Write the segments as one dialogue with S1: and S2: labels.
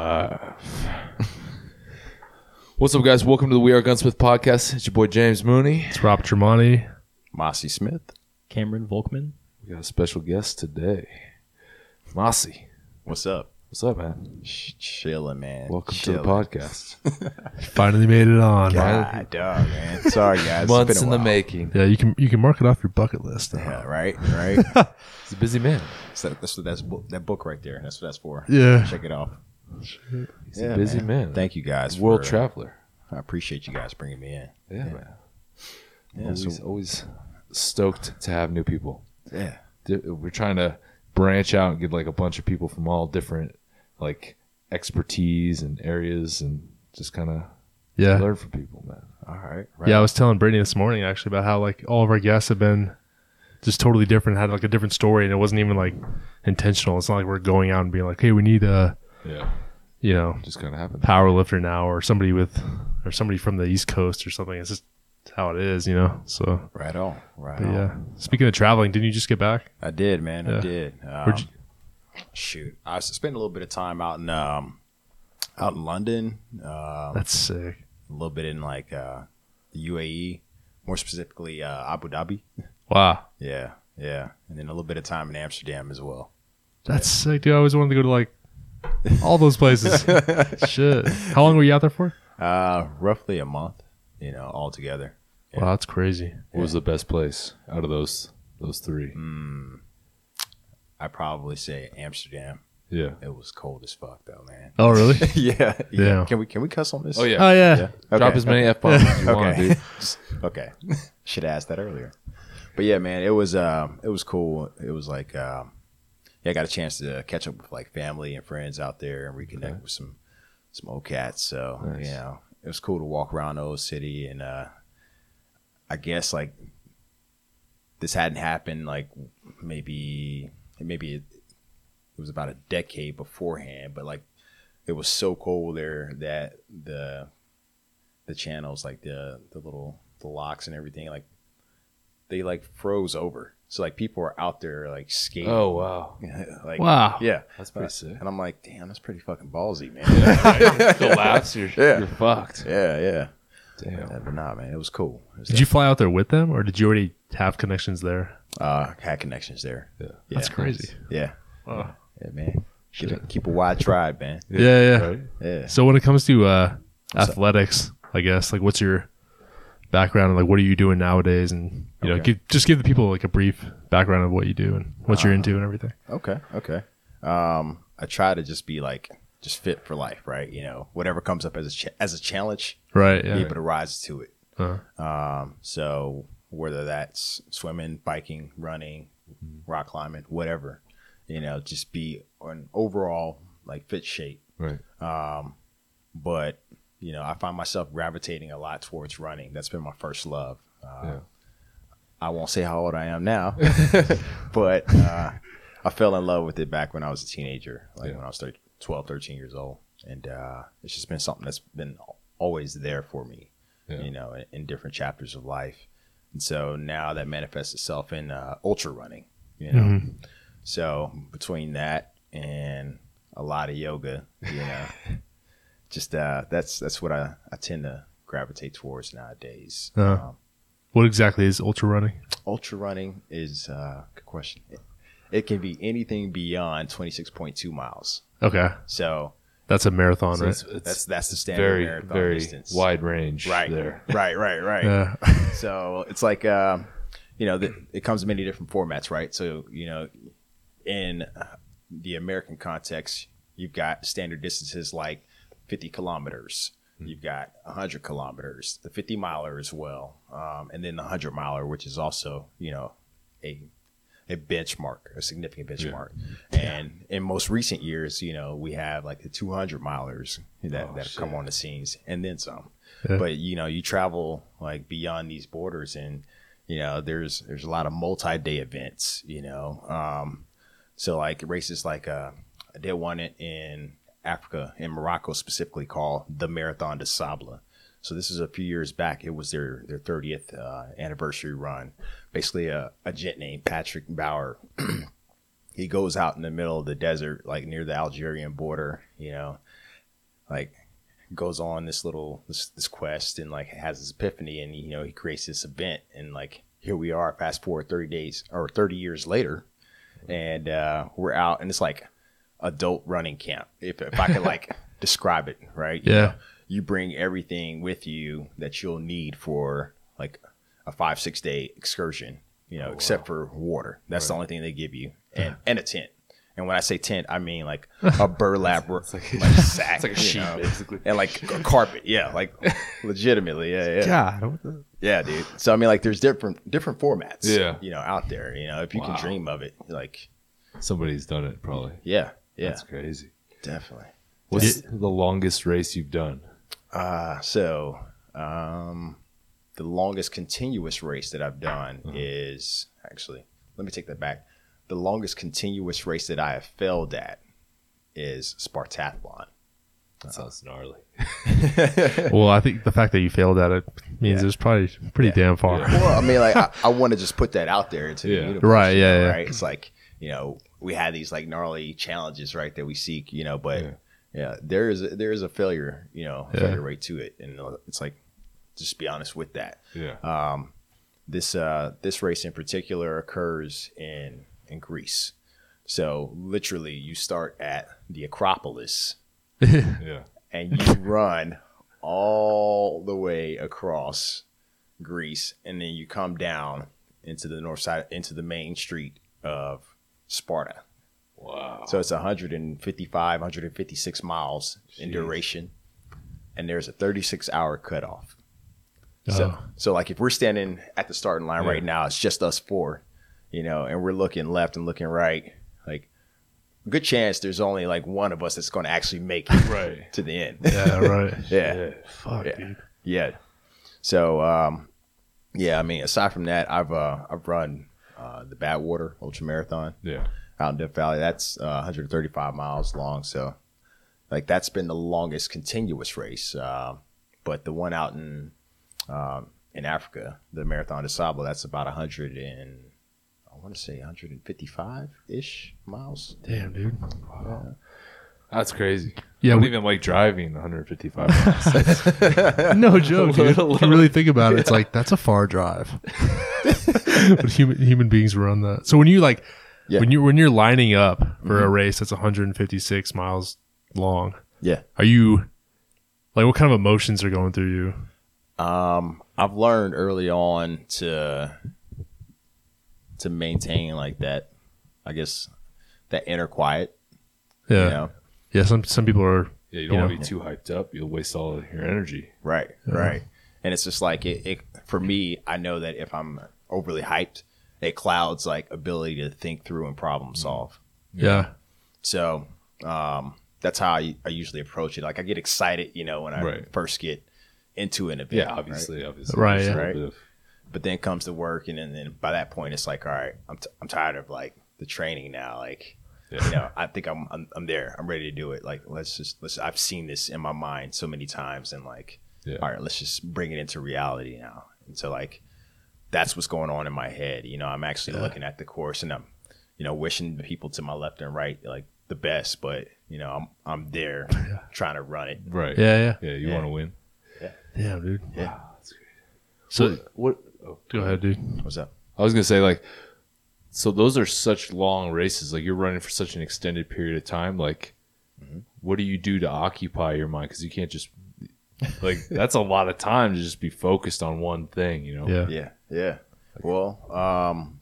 S1: live.
S2: What's up, guys? Welcome to the We Are Gunsmith podcast. It's your boy James Mooney.
S3: It's Rob Tremonti.
S1: Mossy Smith.
S4: Cameron Volkman.
S2: We got a special guest today, Mossy.
S1: What's up?
S2: What's up, man?
S1: Sh- Chilling, man.
S2: Welcome to
S1: Chilling.
S2: the podcast.
S3: Finally made it on.
S1: Ah, dog, man. Sorry, guys. It's
S2: Months
S1: been a
S2: in the
S1: while.
S2: making.
S3: Yeah, you can you can mark it off your bucket list. now.
S1: Yeah, right, right.
S2: He's a busy man.
S1: so that's what that's bo- that book right there. That's what that's for.
S3: Yeah.
S1: Check it off.
S2: He's a busy man.
S1: Thank you guys.
S2: World
S1: for,
S2: traveler.
S1: I appreciate you guys bringing me in.
S2: Yeah, man.
S1: Yeah,
S2: always,
S1: so-
S2: always stoked to have new people.
S1: Yeah.
S2: Di- We're trying to branch out and get like a bunch of people from all different like expertise and areas and just kind of
S3: Yeah.
S2: learn from people, man.
S1: All right. right.
S3: Yeah, I was telling Brittany this morning actually about how like all of our guests have been just totally different, had like a different story, and it wasn't even like intentional. It's not like we're going out and being like, hey, we need a
S2: Yeah,
S3: you know
S2: just kind of happened.
S3: power lifter now, or somebody with, or somebody from the East Coast or something. It's just how it is, you know. So
S1: Right on. Right
S3: but
S1: on.
S3: yeah. Speaking of traveling, didn't you just get back?
S1: I did, man.
S3: Yeah.
S1: I did. Um,
S3: Where'd you-
S1: shoot, I spent a little bit of time out in um, out in London, um,
S3: That's sick.
S1: a little bit in like uh, the UAE, more specifically uh, Abu Dhabi.
S3: Wow.
S1: Yeah, yeah, and then a little bit of time in Amsterdam as well.
S3: That's sick, dude. I always wanted to go to like all those places. Shit. How long were you out there for?
S1: Uh, roughly a month, you know, all together.
S3: Wow, that's crazy.
S2: What was the best place out of those those three?
S1: I Hmm. probably say Amsterdam.
S2: Yeah.
S1: It was cold as fuck though, man.
S3: Oh, really?
S1: yeah, yeah,
S3: Yeah.
S1: Can we can we cuss on this?
S2: Oh yeah.
S3: Oh, yeah.
S2: Drop as many f bombs as you want,
S1: okay.
S2: dude.
S1: Just- okay. Should have asked that earlier. But yeah, man, it was um it was cool. It was like um yeah, I got a chance to catch up with like family and friends out there and reconnect with some some old cats. So
S2: Nice.
S1: you know, it was cool to walk around the old city and uh I guess like this hadn't happened like maybe maybe it, it was about a decade beforehand, but like it was so cold there that the the channels like the the little the locks and everything like they like froze over. So like people are out there like skating.
S2: Oh wow.
S1: like
S3: Wow.
S1: yeah.
S2: That's pretty sick.
S1: And I'm like, damn, that's pretty fucking ballsy, man.
S2: Collapse, you're,
S1: Yeah.
S2: you're fucked.
S1: yeah, yeah.
S2: Damn.
S1: Uh, But nah, man, it was cool. It was
S3: Did you fly out there with them or did you already have connections there?
S1: uh, had connections there?
S2: Yeah.
S3: That's crazy.
S1: Yeah,
S3: Wow.
S1: yeah, man. Keep, a- keep a wide tribe, man.
S3: Yeah, yeah.
S2: Right?
S1: Yeah.
S3: So when it comes to uh, athletics, I guess, like what's your background and like what are you doing nowadays and you know,
S1: Okay.
S3: give, just give the people like a brief background of what you do and what you're into and everything.
S1: Okay. Okay. Um, I try to just be like just fit for life, right? You know, whatever comes up as a ch- as a challenge,
S3: Right.
S1: be
S3: Yeah.
S1: able to rise to it.
S3: Uh,
S1: Um, so whether that's swimming, biking, running,
S2: Mm-hmm.
S1: rock climbing, whatever, you know, just be an overall like fit shape. Um,
S2: Right.
S1: But you know, I find myself gravitating a lot towards running. That's been my first love. Uh,
S2: Yeah.
S1: I won't say how old I am now, but uh, I fell in love with it back when I was a teenager, like
S2: Yeah.
S1: when I was 13, 12, 13 years old. And uh, it's just been something that's been always there for me,
S2: Yeah.
S1: you know, in, in different chapters of life. And so now that manifests itself in uh, ultra running, you know.
S2: Mm-hmm.
S3: mm-hmm.
S1: So between that and a lot of yoga, you know, just uh, that's that's what I, I tend to gravitate towards nowadays. Um,
S3: Uh-huh. What exactly is ultra running?
S1: ultra running is uh, good question. It, it can be anything beyond twenty six point two miles.
S3: Okay.
S1: So
S3: That's a marathon,
S2: So
S3: right?
S2: it's, it's
S1: that's that's the standard
S2: very
S1: marathon
S2: very
S1: distance.
S2: wide range
S1: right
S2: there.
S1: Right, right, right.
S3: Yeah.
S1: So it's like, um, you know, th it comes in many different formats, right? So you know, in uh, the American context, you've got standard distances like 50 kilometers.
S2: Hmm.
S1: You've got 100 kilometers, the 50 miler as well, um, and then the 100 miler, which is also you know a a benchmark, a significant benchmark. And in most recent years, you know, we have like the 200 milers that,
S2: Oh,
S1: that have
S2: shit.
S1: come on the scenes and then some.
S3: Yeah.
S1: But you know, you travel like beyond these borders and you know, there's there's a lot of multi-day events, you know. Um so like races like uh I did one in- in Africa in Morocco specifically called the Marathon de Sabla. So this is a few years back. It was their their 30th uh, anniversary run. Basically, a, a gent named Patrick Bauer. he goes out in the middle of the desert, like near the Algerian border, you know, like goes on this little this, this quest and like has this epiphany and you know he creates this event and like here we are fast forward 30 days or 30 years later and uh we're out and it's like adult running camp if, if i could like describe it right You
S3: Yeah.
S1: know, you bring everything with you that you'll need for like a five six day excursion you
S2: Oh,
S1: know except for water that's the only thing they give you and and a tent and when i say tent i mean like a burlap r- like,
S2: it's
S1: sack
S2: like a
S1: you
S2: sheet,
S1: know,
S2: basically.
S1: and like a carpet yeah like legitimately yeah yeah
S3: God, what the-
S1: yeah, dude. So I mean, like, there's different different formats.
S2: Yeah.
S1: you know, out there. You know, if you
S2: Wow.
S1: can dream of it, like,
S2: Somebody's done it probably.
S1: yeah, yeah,
S2: That's crazy.
S1: definitely.
S2: What's the longest race you've done?
S1: Uh, so, um, the longest continuous race that I've done
S3: Mm-hmm.
S1: is actually. Let me take that back. The longest continuous race that I have failed at is Spartathlon.
S2: That sounds gnarly.
S3: well, I think the fact that you failed at it means
S1: Yeah.
S3: it was probably pretty damn far.
S2: Yeah.
S1: Well, I mean, like, I, I want to just put that out there into
S2: Yeah.
S1: the universe.
S3: Right,
S1: you
S3: yeah,
S1: know,
S3: yeah.
S1: Right. It's like, you know, we had these like gnarly challenges, right, that we seek, you know, but
S2: Yeah.
S1: yeah, there is there is a failure, you know,
S3: Yeah.
S1: failure rate to it. And it's like just be honest with that.
S2: Yeah.
S1: Um, This uh this race in particular occurs in in Greece. So literally you start at the Acropolis
S2: yeah.
S1: and you run all the way across Greece, and then you come down into the north side, into the main street of Sparta.
S2: Wow.
S1: So it's 155, 156 miles in
S2: Jeez.
S1: duration, and there's a 36 hour cutoff. So,
S3: Oh.
S1: so like if we're standing at the starting line
S2: Yeah.
S1: right now, it's just us four, you know, and we're looking left and looking right, like good chance there's only like one of us that's going to actually make it
S2: Right.
S1: to the end.
S3: Yeah, right.
S1: yeah.
S3: Fuck,
S1: Yeah.
S3: dude.
S1: Yeah. So um, yeah, I mean, aside from that, I've uh, I've run uh, the Badwater Ultra Marathon
S2: Yeah.
S1: out in Death Valley. That's uh, 135 miles long. So like that's been the longest continuous race. Um but the one out in um, in Africa, the Marathon de Sable, that's about 100 and I want to say 155 ish miles.
S3: Damn, dude.
S2: That's crazy.
S3: Yeah,
S2: I don't
S3: we-
S2: even like driving 155 miles.
S3: No joke, dude. If you really think about it, it's like that's a far drive. but human human beings run that. So when you like
S1: Yeah.
S3: when you when you're lining up for a race that's 156 miles long,
S1: Yeah.
S3: are you like what kind of emotions are going through you?
S1: um, I've learned early on to to maintain like that. I guess that inner quiet.
S3: Yeah.
S1: You know?
S3: Yeah, some some people are
S2: yeah, you don't
S3: You
S2: want
S3: know?
S2: to be too hyped up. You'll waste all of your energy.
S1: Right. Right. And it's just like it, it. For me, I know that if I'm overly hyped, it clouds like ability to think through and problem
S2: Mm-hmm.
S1: solve.
S3: yeah.
S1: So um, that's how I, I usually approach it. Like I get excited, you know, when I
S2: Right.
S1: first get into an event.
S2: Yeah,
S1: right?
S2: obviously, obviously.
S3: Right,
S2: There's a
S3: yeah.
S2: little bit of-
S1: but then comes to work and then, then by that point it's like all right i'm, t- I'm tired of like the training now like
S2: Yeah.
S1: you know i think I'm, I'm i'm there i'm ready to do it like let's just let's i've seen this in my mind so many times and like
S2: Yeah.
S1: all right let's just bring it into reality now and so like that's what's going on in my head you know i'm actually looking at the course and i'm you know wishing the people to my left and right like the best but you know i'm i'm there trying to run it
S2: Right.
S3: Yeah, yeah.
S2: Yeah, you
S1: Yeah.
S2: want to win.
S3: Damn, dude.
S1: Yeah.
S2: Wow, that's crazy.
S3: So
S2: What? Oh,
S3: go ahead, dude.
S1: what's up
S2: I was gonna say like, so those are such long races. Like you're running for such an extended period of time. Like, what do you do to occupy your mind? Because you can't just like that's a lot of time to just be focused on one thing. You know.
S3: Oh, Yeah.
S1: yeah yeah well um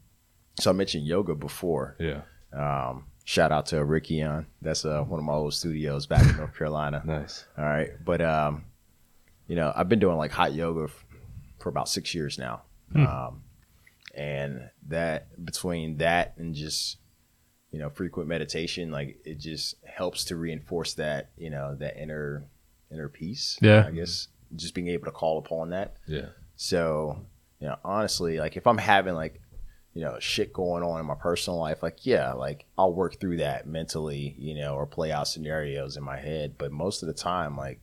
S1: so i mentioned yoga before
S2: Yeah.
S1: Um, shout out to Rickion. That's uh, one of my old studios back in North Carolina.
S2: Nice.
S1: All right, but um, you know, I've been doing like hot yoga f- for about six years now, um, and that between that and just you know frequent meditation, like it just helps to reinforce that you know that inner inner peace.
S3: Yeah.
S1: I guess just being able to call upon that.
S2: Yeah.
S1: So, you know, honestly, like if I'm having like, you know, shit going on in my personal life, like, yeah, like I'll work through that mentally, you know, or play out scenarios in my head. But most of the time, like,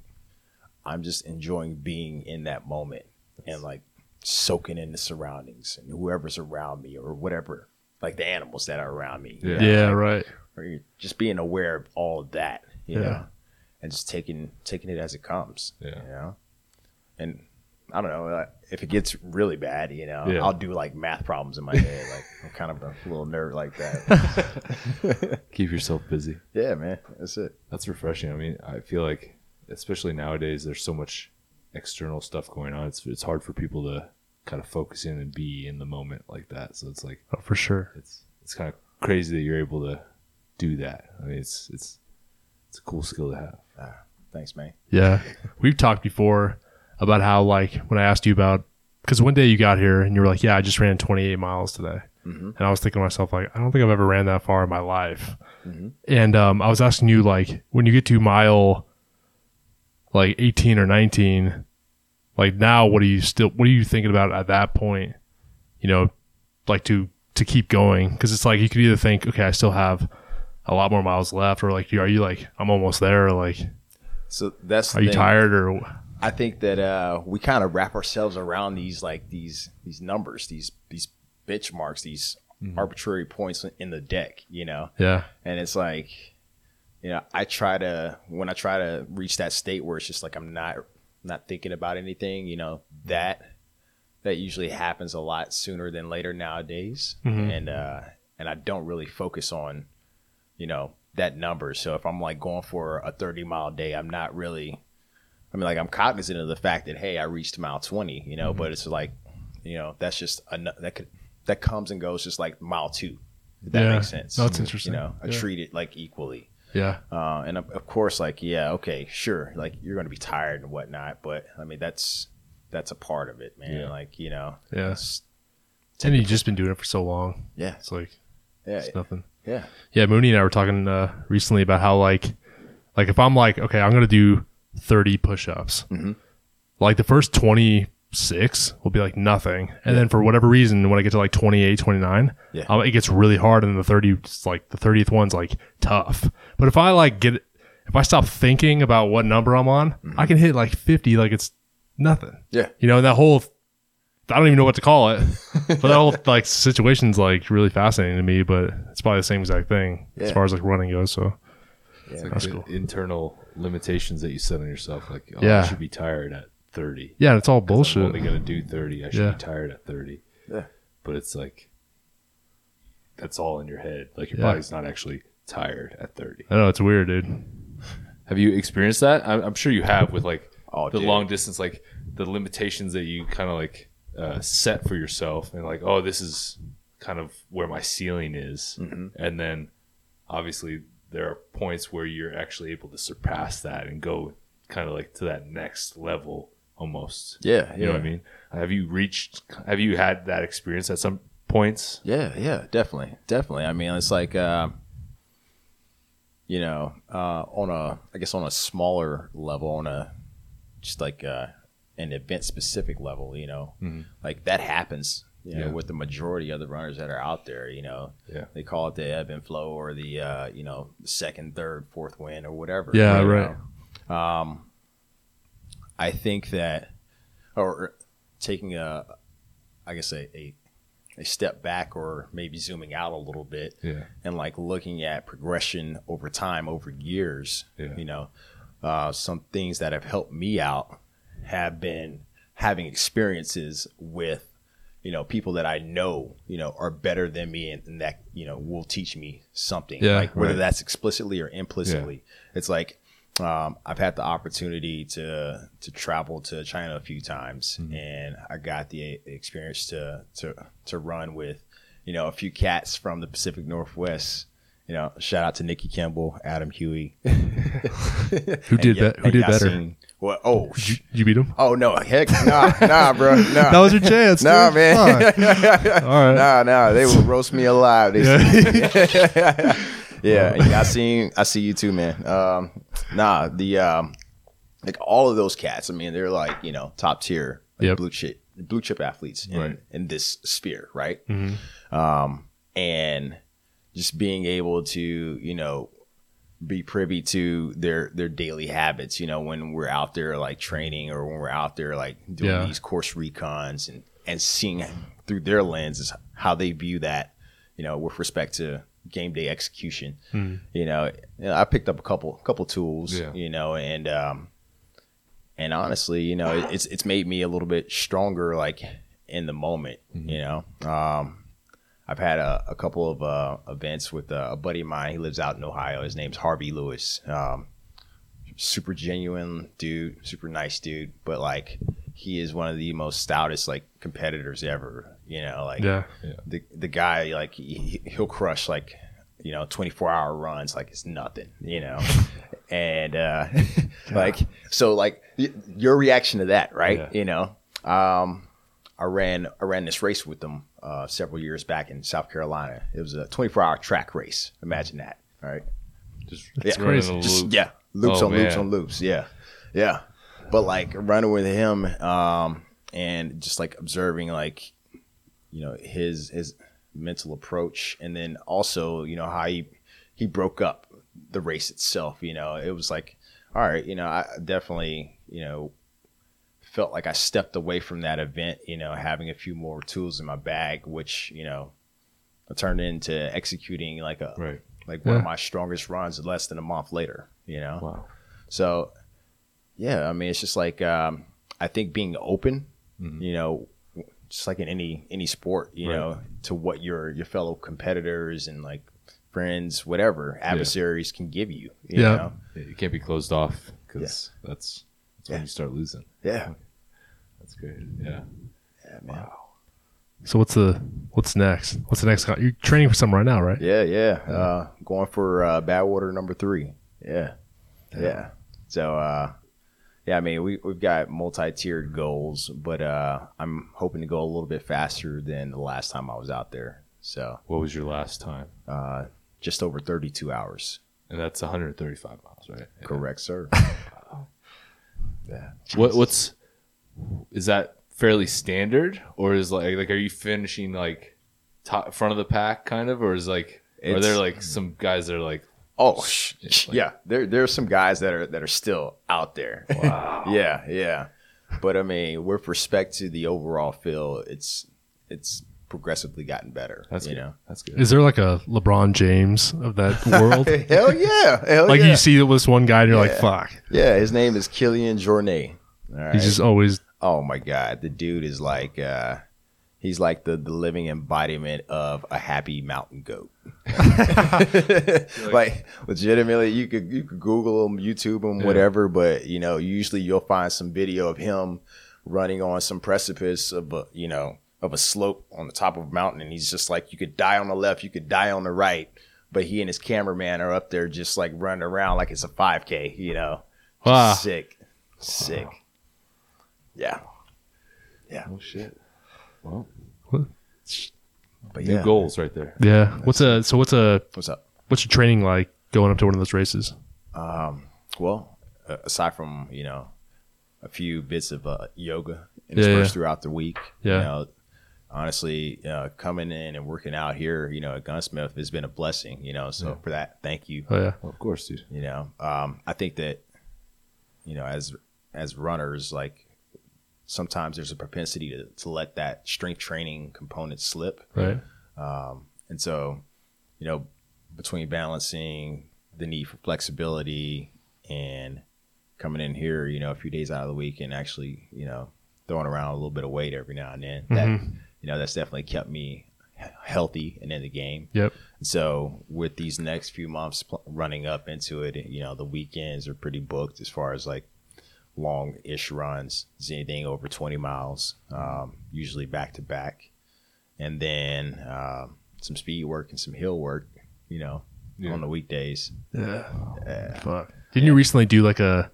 S1: I'm just enjoying being in that moment and like soaking in the surroundings and whoever's around me or whatever, like the animals that are around me. you
S2: Yeah.
S3: Yeah, right.
S1: or you're just being aware of all of that, you
S3: Yeah.
S1: know. and just taking taking it as it comes.
S2: Yeah.
S1: You know, and I don't know uh, if it gets really bad. You know,
S2: Yeah.
S1: I'll do like math problems in my head. Like I'm kind of a little nerd like that.
S2: Keep yourself busy.
S1: yeah, man, that's it.
S2: That's refreshing. I mean, I feel like, especially nowadays, there's so much external stuff going on. It's it's hard for people to kind of focus in and be in the moment like that. So it's like
S3: Oh, for sure.
S2: it's it's kind of crazy that you're able to do that. I mean, it's it's it's a cool skill to have.
S1: Thanks, man.
S3: Yeah. We've talked before about how, like, when I asked you about, because one day you got here and you were like, yeah, I just ran 28 miles today.
S1: Mhm.
S3: And I was thinking to myself, like, I don't think I've ever ran that far in my life.
S1: Mhm.
S3: And um, I was asking you, like, when you get to mile like 18 or 19, like, now what are you still, what are you thinking about at that point? You know, like to, to keep going. Cause it's like you could either think, okay, I still have a lot more miles left, or like, you- are you like, I'm almost there? Or like,
S1: So that's the
S3: are you
S1: thing.
S3: tired? Or
S1: I think that uh, we kind of wrap ourselves around these like these these numbers, these these benchmarks, these
S2: Mm-hmm.
S1: arbitrary points in the deck, you know.
S3: Yeah.
S1: And it's like, you know, I try to when I try to reach that state where it's just like I'm not not thinking about anything, you know, that that usually happens a lot sooner than later nowadays.
S2: Mm-hmm.
S3: Mhm.
S1: And uh and I don't really focus on, you know, that number. So if I'm like going for a 30 mile day, I'm not really I mean like I'm cognizant of the fact that hey, I reached mile 20, you know,
S2: Mm-hmm.
S1: but it's like, you know, that's just a, nu- that could that comes and goes just like mile 2. If that
S3: Yeah.
S1: makes sense. Mm-hmm.
S3: No, that's interesting.
S1: You know, I
S3: Yeah.
S1: treat it like equally.
S3: Yeah.
S1: Uh, and of, of course, like yeah, okay, sure, like you're going to be tired and whatnot, but I mean that's that's a part of it, man.
S2: Yeah.
S1: Like you know,
S3: Yeah.
S1: it's-
S3: And you've just been doing it for so long.
S1: yeah,
S3: It's like,
S1: yeah,
S3: it's nothing.
S1: yeah,
S3: Yeah, Mooney and I were talking uh, recently about how like, like if I'm like, okay, I'm gonna do 30 push-ups.
S1: Mhm.
S3: Like the first 26 will be like nothing, and then for whatever reason, when I get to like 28, 29,
S1: Yeah.
S3: um, it gets really hard, and the 30, it's like the 30th one's like tough. But if I like get, if I stop thinking about what number I'm on, I can hit like 50, like it's nothing.
S1: Mm-hmm. yeah,
S3: You know, and that whole I don't even know what to call it. but that whole like situation's like really fascinating to me, but it's probably the same exact thing as
S1: Yeah.
S3: far as like running goes. So
S2: It's like
S3: That's
S2: the
S3: cool.
S2: internal limitations that you set on yourself. Like, oh,
S3: Yeah.
S2: I should be tired at 30.
S3: yeah, it's all
S2: I'm
S3: bullshit.
S2: only going to do 30. I should
S3: Yeah.
S2: be tired at 30.
S1: Yeah.
S2: But it's like, that's all in your head. Like, your
S3: Yeah.
S2: body's not actually tired at 30.
S3: I know it's weird, dude.
S2: Have you experienced that? I'm, I'm sure you have with like
S1: Oh,
S2: the
S1: dude.
S2: long distance, like the limitations that you kind of like uh, set for yourself, and like, oh, this is kind of where my ceiling is,
S1: Mm-hmm.
S2: and then obviously there are points where you're actually able to surpass that and go kind of like to that next level almost.
S1: yeah.
S2: You know what I mean? Have you reached? Have you had that experience at some points?
S1: Yeah, yeah, definitely, definitely. I mean, it's like, uh, you know, uh, on a, I guess, on a smaller level, on a, just like uh, an event specific level, you know, like that happens, you know,
S2: Yeah.
S1: with the majority of the runners that are out there, you know,
S2: Yeah.
S1: they call it the ebb and flow or the, uh, you know, second, third, fourth win or whatever.
S3: Yeah,
S1: you
S3: right.
S1: know? Um, I think that, or taking a, I guess a, a a step back or maybe zooming out a little bit
S2: Yeah.
S1: and like looking at progression over time over years
S2: Yeah.
S1: you know uh, some things that have helped me out have been having experiences with you know people that i know you know are better than me and, and that you know will teach me something
S3: Yeah,
S1: like whether
S3: right.
S1: that's explicitly or implicitly it's like um, I've had the opportunity to to travel to China a few times,
S3: Mm-hmm.
S1: and I got the experience to to to run with, you know, a few cats from the Pacific Northwest. You know, shout out to Nikki Kimball, Adam Huey.
S3: Who did that? Who did better?
S1: Yasin. Well, oh,
S3: Did you,
S1: sh-
S3: did you beat him?
S1: oh no, heck, nah, nah, bro,
S3: That
S1: nah,
S3: was your chance.
S1: nah,
S3: dude.
S1: man,
S3: Fuck. All right.
S1: nah, nah. They will roast me alive. They
S3: Yeah.
S1: yeah, and I seen I see you too, man. Um, nah, the um, like all of those cats. I mean, they're like you know top tier, like
S3: Yep.
S1: blue chip, blue chip athletes in,
S2: Right.
S1: in this sphere, right?
S3: Mhm.
S1: Um, and just being able to you know be privy to their their daily habits. You know, when we're out there like training or when we're out there like doing
S3: Yeah.
S1: these course recons and and seeing through their lenses how they view that. You know, with respect to game day execution.
S3: Hmm.
S1: You know, you know, I picked up a couple couple tools.
S2: Yeah.
S1: You know, and um, and honestly, you know, it's it's made me a little bit stronger, like in the moment. You know, um, I've had a, a couple of uh, events with uh, a buddy of mine. He lives out in Ohio. His name's Harvey Lewis. Um, super genuine dude, super nice dude, but like he is one of the most stoutest like competitors ever. You know, like
S3: Yeah.
S1: the the guy like he, he'll crush like you know 24 hour runs like it's nothing you know and uh like so like y- your reaction to that right
S2: Yeah.
S1: you know um i ran i ran this race with them uh several years back in south carolina it was a 24 hour track race imagine that all right
S2: Just
S1: That's
S2: running
S3: crazy.
S2: a
S1: just
S2: loop.
S1: yeah loops
S2: Oh,
S1: on loops
S2: man.
S1: on loops yeah yeah but like running with him um and just like observing like you know his his mental approach and then also you know how he he broke up the race itself you know it was like all right you know i definitely you know felt like i stepped away from that event you know having a few more tools in my bag which you know turned into executing like a
S2: Right.
S1: like one of
S3: Yeah.
S1: my strongest runs less than a month later you know
S2: Wow.
S1: so yeah i mean it's just like um, i think being open
S2: Mhm.
S1: you know just like in any any sport you
S2: Right.
S1: know to what your your fellow competitors and like friends whatever adversaries can give you you
S3: Yeah.
S1: know
S2: It it can't be closed off because that's that's when
S1: Yeah.
S2: you start losing.
S1: yeah
S2: That's great. Yeah.
S1: yeah man.
S3: So what's the what's next? What's the next? Con- you're training for something right now, right?
S1: yeah yeah uh going for uh badwater number three yeah yeah, so uh yeah, I mean we we've got multi-tiered goals, but uh, I'm hoping to go a little bit faster than the last time I was out there. So
S2: What was your last time?
S1: uh, just over 32 hours.
S2: And that's 135 miles, right? Yeah.
S1: Correct, sir. yeah.
S2: What what's is that fairly standard or is like like are you finishing like top front of the pack kind of or is like are
S1: It's-
S2: there like some guys that are like
S1: Oh, sh-
S2: It's like-
S1: yeah. There, there are some guys that are that are still out there.
S2: wow
S1: yeah, yeah. But I mean, with respect to the overall feel, it's it's progressively gotten better.
S2: that's
S1: you
S2: good
S1: know.
S2: that's good
S3: Is there like a LeBron James of that world?
S1: Hell yeah! Hell
S3: like
S1: Oh, yeah!
S3: you see this one guy and you're like,
S1: Yeah.
S3: fuck.
S1: yeah, his name is Killian Jornet. All right.
S3: He's just always
S1: oh my god, the dude is like. uh He's like the, the living embodiment of a happy mountain goat. like legitimately you could you could google him youtube him
S2: Yeah.
S1: whatever but you know usually you'll find some video of him running on some precipice of a you know of a slope on the top of a mountain and he's just like you could die on the left you could die on the right but he and his cameraman are up there just like running around like it's a 5k you know
S3: Wow.
S1: sick sick yeah
S2: oh shit well
S1: but
S2: new
S1: yeah
S2: goals right there
S3: yeah. What's a so what's a
S1: what's up
S3: what's your training like going up to one of those races?
S1: Um, well a- aside from you know a few bits of uh, yoga interspersed
S3: Yeah, yeah.
S1: throughout the week
S3: Yeah.
S1: you know honestly uh, coming in and working out here you know at gunsmith has been a blessing you know so for that thank you
S3: Oh yeah,
S2: Well, of course dude
S1: you know um, i think that you know as as runners like sometimes there's a propensity to, to let that strength training component slip
S3: right.
S1: Um, and so, you know, between balancing the need for flexibility and coming in here, you know, a few days out of the week and actually, you know, throwing around a little bit of weight every now and then, that,
S3: Mm-hmm.
S1: you know, that's definitely kept me he- healthy and in the game.
S3: Yep.
S1: So with these next few months pl- running up into it, you know, the weekends are pretty booked as far as like long ish runs. It's anything over 20 miles, um, usually back to back. And then um, some speed work and some hill work, you know,
S2: Yeah.
S1: on the weekdays.
S3: Yeah.
S1: Uh,
S3: Fuck. Didn't you recently do like a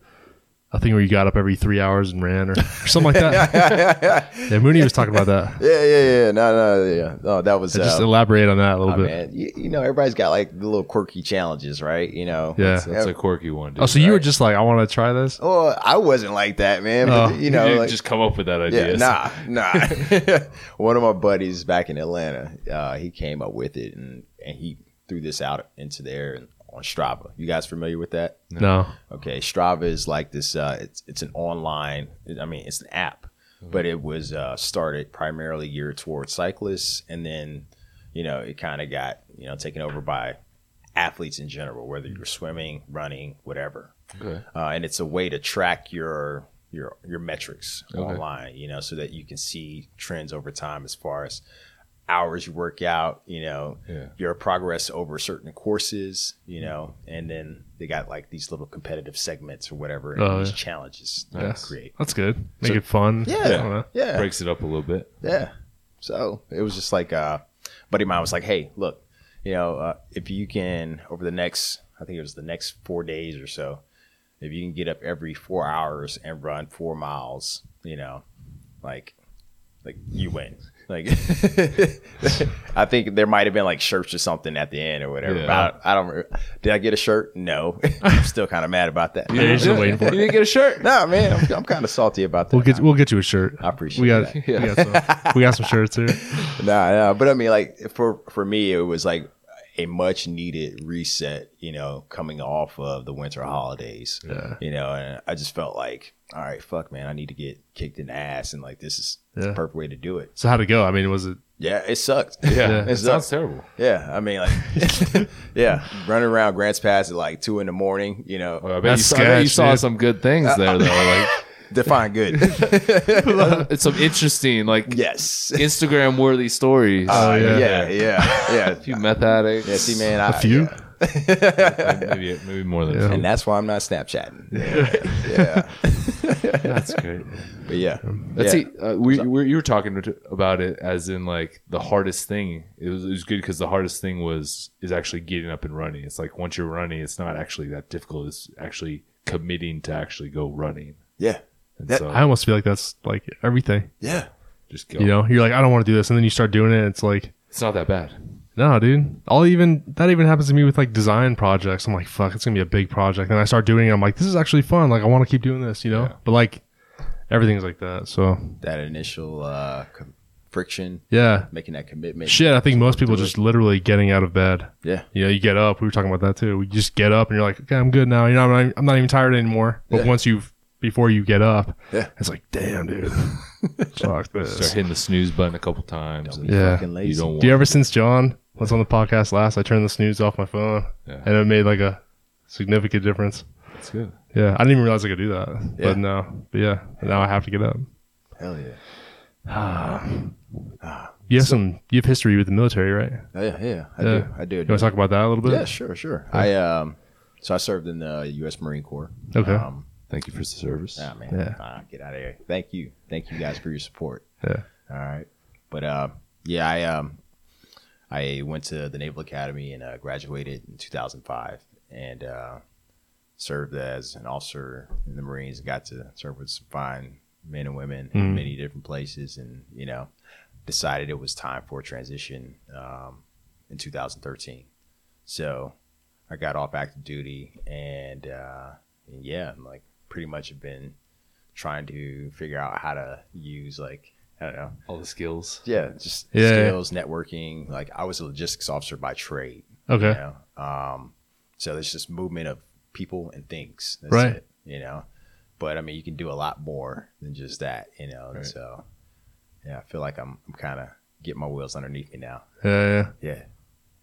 S3: a thing where you got up every three hours and ran or, or something like that? yeah, Mooney was talking about that.
S1: yeah, yeah, yeah. No, no, yeah. No, that was.
S3: So just
S1: uh,
S3: elaborate on that a little
S1: oh,
S3: bit.
S1: man, you, you know, everybody's got like the little quirky challenges, right? You know,
S3: Yeah.
S1: It's-
S2: that's a quirky one dude.
S3: Oh, so you were
S1: right.
S3: just like, I want to try this.
S1: Oh, I wasn't like that, man. But,
S3: Oh.
S1: you know,
S2: didn't
S1: like,
S2: just come up with that idea
S1: Yeah, nah, nah. One of my buddies back in Atlanta, uh, he came up with it and, and he threw this out into the air on Strava. You guys familiar with that?
S3: No.
S1: Okay, Strava is like this. Uh, it's it's an online. I mean, it's an
S2: Mm-hmm.
S1: app, but it was uh, started primarily geared towards cyclists, and then you know, it kind of got, you know, taken over by athletes in general, whether you're swimming, running, whatever.
S2: Okay.
S1: Uh, and it's a way to track your your your metrics
S2: Okay.
S1: online, you know, so that you can see trends over time as far as hours you work out, you know,
S2: Yeah.
S1: your progress over certain courses, you
S3: Mm-hmm.
S1: know, and then they got like these little competitive segments or whatever, and
S3: Oh,
S1: these
S3: yeah.
S1: challenges they
S2: Nice.
S1: create.
S3: That's good. Make
S2: So-
S3: it fun. I don't
S1: Yeah,
S3: know.
S1: yeah,
S2: Breaks it up a little bit.
S1: yeah. So it was just like uh, a buddy of mine was like, "Hey, look, you know, uh, if you can over the next, I think it was the next four days or so, if you can get up every four hours and run four miles, you know, like, like you win." Like, I think there might have been like shirts or something at the end or whatever.
S2: Yeah.
S1: But I, I don't. re- Did I get a shirt? No. I'm still kind of mad about that.
S3: Yeah, you're just waiting for it.
S2: You didn't get a shirt.
S1: No, man, I'm, I'm kind of salty about that.
S3: We'll get we'll get you a shirt.
S1: I appreciate
S3: we got,
S1: that.
S3: we got some we got some shirts here.
S1: nah, nah. But I mean, like for for me, it was like a much needed reset. You know, coming off of the winter holidays.
S3: Yeah.
S1: You know, and I just felt like, all right, fuck, man, I need to get kicked in the ass, and like this is the
S3: Yeah.
S1: perfect way to do it.
S3: So how'd it go? I mean, was it
S1: Yeah, it sucked.
S2: Yeah,
S1: it
S2: it sounds
S1: sucked.
S2: terrible.
S1: Yeah, I mean, like, yeah, running around Grants Pass at like two in the morning. You know,
S2: Well, Oh, I, bet you,
S3: That's
S2: I bet you
S3: sketch,
S2: saw
S3: dude.
S2: some good things there, though.
S1: define good.
S2: Like it's some interesting, like
S1: yes.
S2: Instagram worthy stories.
S3: Oh, yeah.
S1: yeah, yeah, yeah.
S2: a few meth addicts.
S1: Yeah, see, man, I,
S3: a few?
S1: yeah.
S2: maybe maybe more than
S3: Yeah.
S2: a
S1: and
S2: few.
S1: that's why I'm not Snapchatting. Yeah, yeah.
S2: That's great.
S1: but yeah,
S2: That's
S1: Yeah.
S2: it. Uh, we, we you were talking to- about it as in like the hardest thing. It was, it was good because the hardest thing was is actually getting up and running. It's like once you're running, it's not actually that difficult. It's actually committing to actually go running.
S1: yeah,
S2: And
S1: That-
S2: so
S3: I almost feel like that's like everything.
S1: yeah.
S2: just go.
S3: You know, you're like, I don't want to do this, and then you start doing it. And it's like,
S2: it's not that bad.
S3: no, dude. I'll even that even happens to me with like design projects. I'm like, fuck, it's gonna be a big project. Then I start doing it. I'm like, this is actually fun. Like, I want to keep doing this. You know,
S2: Yeah.
S3: but like everything's like that. So
S1: That initial uh, com- friction,
S3: yeah,
S1: making that commitment.
S3: shit. I think most people just literally getting out of bed.
S1: Yeah,
S3: You know, you get up. We were talking about that too. We just get up and you're like, okay, I'm good now. You know, I'm not, I'm not even tired anymore. But
S1: Yeah.
S3: once you've before you get up,
S1: Yeah.
S3: it's like, damn, dude, fuck
S2: Start
S3: this.
S2: hitting the snooze button a couple times.
S1: Don't
S2: and
S1: be
S3: Yeah.
S1: fucking lazy.
S2: you don't want
S3: Do you ever since John was on the podcast last, I turned the snooze off my phone,
S2: Yeah.
S3: and it made like a significant difference.
S2: That's good.
S3: Yeah, I didn't even realize I could do that.
S1: Yeah.
S3: But no, but yeah, now I have to get up.
S1: Hell yeah. Ah.
S3: You have some, you have history with the military, right? You
S1: Oh, yeah, yeah.
S3: Yeah.
S1: I do. I do. I do.
S3: want to talk about that a little bit?
S1: yeah, sure, sure. I um, so I served in the U.S. Marine Corps.
S3: Okay.
S1: Um,
S2: Thank you for the service.
S1: ah, man.
S3: Yeah.
S1: Ah, get out of here. Thank you. Thank you guys for your support.
S3: Yeah.
S1: All right. But uh, yeah, I um, I went to the Naval Academy and uh, graduated in 2005, and uh, served as an officer in the Marines. Got to serve with some fine men and women in
S3: Mm.
S1: many different places, and you know, decided it was time for a transition um, in 2013. So I got off active duty, and uh, and yeah, I'm like pretty much have been trying to figure out how to use like I don't know
S2: All the skills.
S1: yeah, just
S3: Yeah.
S1: skills, networking. Like I was a logistics officer by trade.
S3: Okay.
S1: You know? Um, so there's just movement of people and things. That's
S3: Right.
S1: It, you know, but I mean, you can do a lot more than just that. You know, and
S2: Right.
S1: so yeah, I feel like I'm I'm kind of getting my wheels underneath me now.
S3: Yeah. yeah.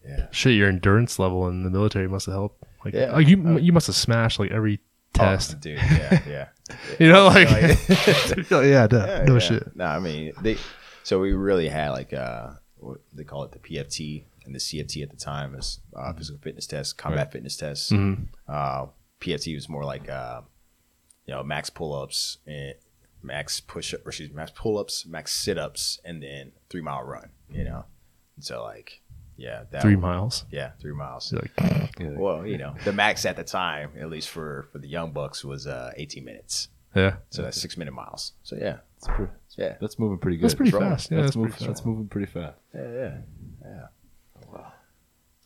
S1: Yeah.
S3: Shit, your endurance level in the military must have helped. Like,
S1: Yeah. Uh,
S3: like you, you must have smashed like every test.
S1: Oh, dude. Yeah, yeah.
S3: You know, like, Oh,
S1: Like-
S3: yeah, duh,
S1: Yeah,
S3: no
S1: yeah.
S3: shit.
S1: No, I mean they. So we really had like uh, what they call it the PFT and the CFT at the time is uh,
S3: Mm-hmm.
S1: physical fitness test, combat fitness test.
S3: Mhm.
S1: Uh, PFT was more like uh, you know max pull ups and max push up, or excuse me, max pull ups, max sit ups, and then three mile run. You know, and so like yeah, that
S3: Three miles.
S1: yeah, three miles.
S3: You're like,
S1: Well, you know, the max at the time, at least for for the young bucks, was uh, 18 minutes.
S3: yeah,
S1: So that's six minute miles. So yeah,
S2: That's, pretty,
S1: yeah,
S2: that's moving pretty good.
S3: that's pretty
S1: It's rolling.
S3: fast. Yeah,
S2: that's,
S3: that's,
S2: move,
S3: pretty fast.
S2: that's moving pretty fast.
S1: yeah, yeah, yeah.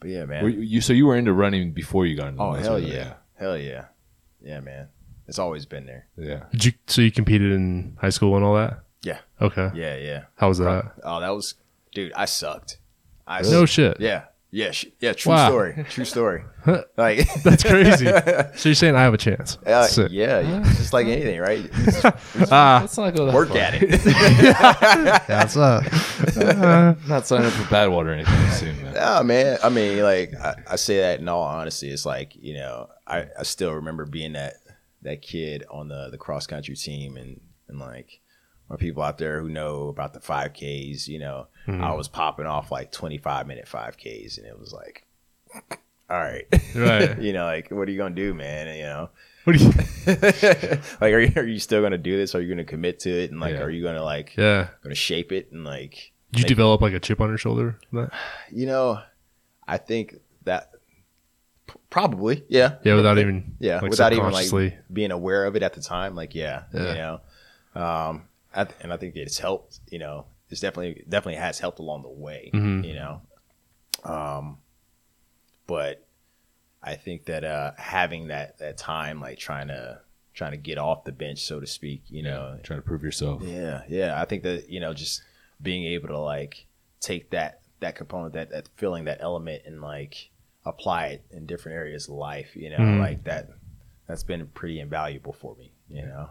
S1: But yeah, man.
S2: Were you, you- so you were into running before you got into
S1: Oh
S2: the
S1: hell
S2: military,
S1: yeah, hell yeah, yeah, man. It's always been there.
S2: yeah.
S3: Did you, so you competed in high school and all that?
S1: Yeah.
S3: Okay.
S1: Yeah, yeah.
S3: How was that?
S1: Oh, that was, dude. I sucked. I
S3: No
S1: sucked.
S3: shit.
S1: Yeah, Yeah, sh- yeah, true
S3: Wow.
S1: story. True story. Like
S3: That's crazy. so you're saying I have a chance?
S1: Uh,
S3: Sick.
S1: yeah, yeah, just like anything, right? Just
S3: Ah,
S2: Let's not go that
S1: work
S2: far.
S1: at it.
S3: that's up.
S2: Not sign up for Badwater anytime soon, man.
S1: Nah, man. I mean, like I, I say that in all honesty, it's like you know, I, I still remember being that that kid on the the cross country team, and and like my people out there who know about the five Ks. You know,
S3: Mm.
S1: I was popping off like twenty five minute five Ks, and it was like, all right,
S3: Right.
S1: you know, like what are you gonna do, man? You know.
S3: What do you?
S1: like are you, are you still gonna do this are you gonna commit to it and like
S2: Yeah.
S1: are you gonna like
S3: Yeah.
S1: gonna shape it and like
S3: Did you
S1: Make-
S3: develop like a chip on your shoulder? from That?
S1: you know i think that p- probably yeah
S3: Yeah, without even
S1: yeah
S3: like,
S1: without even like
S3: subconsciously.
S1: being aware of it at the time like yeah,
S3: Yeah.
S1: you know um I th- and i think it's helped you know it's definitely definitely has helped along the way
S3: Mhm.
S2: Mm.
S1: you know um but i think that uh having that that time like trying to trying to get off the bench so to speak you know
S2: Trying to prove yourself.
S1: yeah, yeah. I think that you know, just being able to like take that that component, that that feeling, that element, and like apply it in different areas of life. You know,
S3: Mm.
S1: like that. That's been pretty invaluable for me. You know.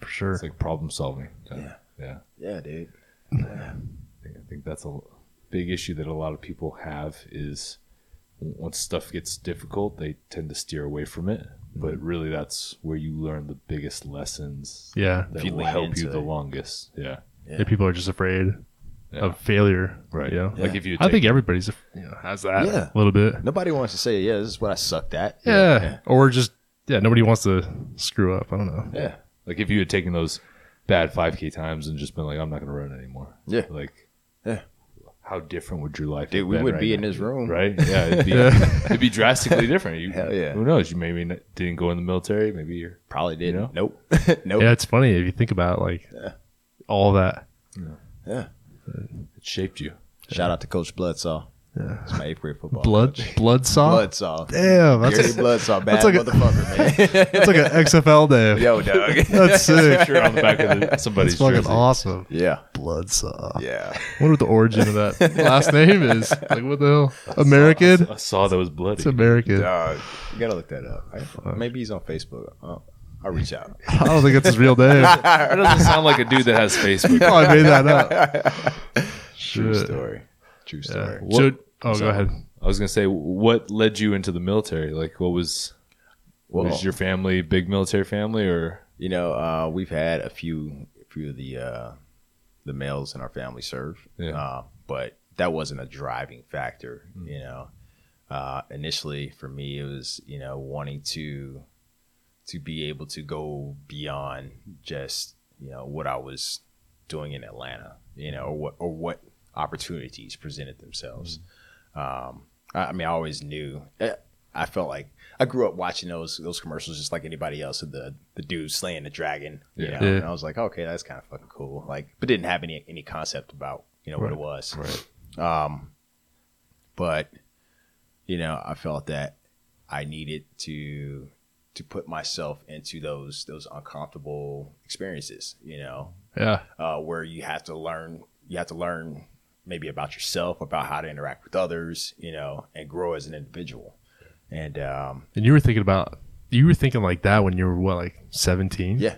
S3: for sure.
S2: It's like problem solving.
S1: Yeah.
S2: Yeah.
S1: Yeah, dude.
S2: Mm. I think- I think that's a big issue that a lot of people have is once stuff gets difficult, they tend to steer away from it.
S1: Mm-hmm.
S2: But really, that's where you learn the biggest lessons
S3: yeah.
S2: that
S1: If you
S2: will
S1: lean
S2: help
S1: into
S2: you the
S1: it.
S2: longest. Yeah.
S1: Yeah.
S3: Yeah, people are just afraid
S2: Yeah.
S3: of failure.
S2: Right.
S3: You know?
S2: Like if you,
S3: I
S2: take-
S3: think everybody's af- you know, has that
S1: Yeah.
S3: a little bit.
S1: Nobody wants to say, yeah, this is what I sucked at.
S3: Yeah. Or just yeah, nobody wants to screw up. I don't know.
S1: Yeah.
S2: Like if you had taken those bad 5K times and just been like, I'm not going to run anymore.
S1: Yeah.
S2: Like,
S1: Yeah.
S2: How different would your life?
S1: Dude,
S2: have
S1: we
S2: been
S1: would
S2: right
S1: be in
S2: now?
S1: this room.
S2: right? Yeah, it'd be, it'd be drastically different. You,
S1: Hell yeah.
S2: Who knows? You maybe n- didn't go in the military. Maybe you're
S1: Probably didn't.
S2: You know?
S1: Nope. nope.
S3: Yeah, it's funny if you think about like
S1: Yeah.
S3: all that.
S1: Yeah.
S2: it shaped you.
S1: Shout out to Coach Bloodsaw. Yeah. It's my eighth grade football.
S3: Blood blood saw?
S1: Bloodsaw.
S3: Damn, that's
S1: Gary
S3: a,
S1: Bloodsaw, bad
S3: that's like a-
S1: motherfucker, man.
S3: that's like an XFL day.
S1: Yo, dog.
S3: That's sick.
S2: Picture on the back of the,
S3: That's
S2: somebody's
S3: fucking
S2: jersey.
S3: awesome.
S1: Yeah.
S3: Blood saw.
S1: Yeah.
S3: wonder what the origin of that last name is. Like what the hell? American?
S2: I saw that was
S3: It's
S2: bloody.
S3: American.
S1: Dog, you gotta look that up. I, maybe he's on Facebook. I'll, I'll reach out.
S3: I don't think it's his real name. I
S2: that doesn't sound like a dude that has Facebook.
S3: probably made that up.
S1: True
S3: Shit.
S1: story. True
S3: Yeah.
S1: story.
S3: So- oh,
S2: so-
S3: go ahead.
S2: I was gonna say, what led you into the military? Like, what was
S1: Well,
S2: was your family big military family or
S1: you know, uh, we've had a few, few of the uh, the males in our family serve,
S2: Yeah. Mm.
S1: uh, but that wasn't a driving factor. You know, uh, initially for me, it was you know wanting to to be able to go beyond just you know what I was doing in Atlanta, you know, or what or what opportunities presented themselves.
S2: Mm.
S1: Um, I, I mean, I always knew. eh, I felt like I grew up watching those those commercials just like anybody else of the the dude slaying the dragon. You
S2: Yeah.
S1: know?
S3: Yeah.
S1: and I was like, okay, that's kind of fucking cool. Like, but didn't have any any concept about you know what it
S3: Right.
S1: was.
S2: right?
S1: Um, but you know, I felt that I needed to to put myself into those those uncomfortable experiences. You know,
S3: Yeah.
S1: uh, where you have to learn you have to learn maybe about yourself, about how to interact with others. You know, and grow as an individual. And um,
S3: And you were thinking about you were thinking like that when you were what, like seventeen?
S1: Yeah.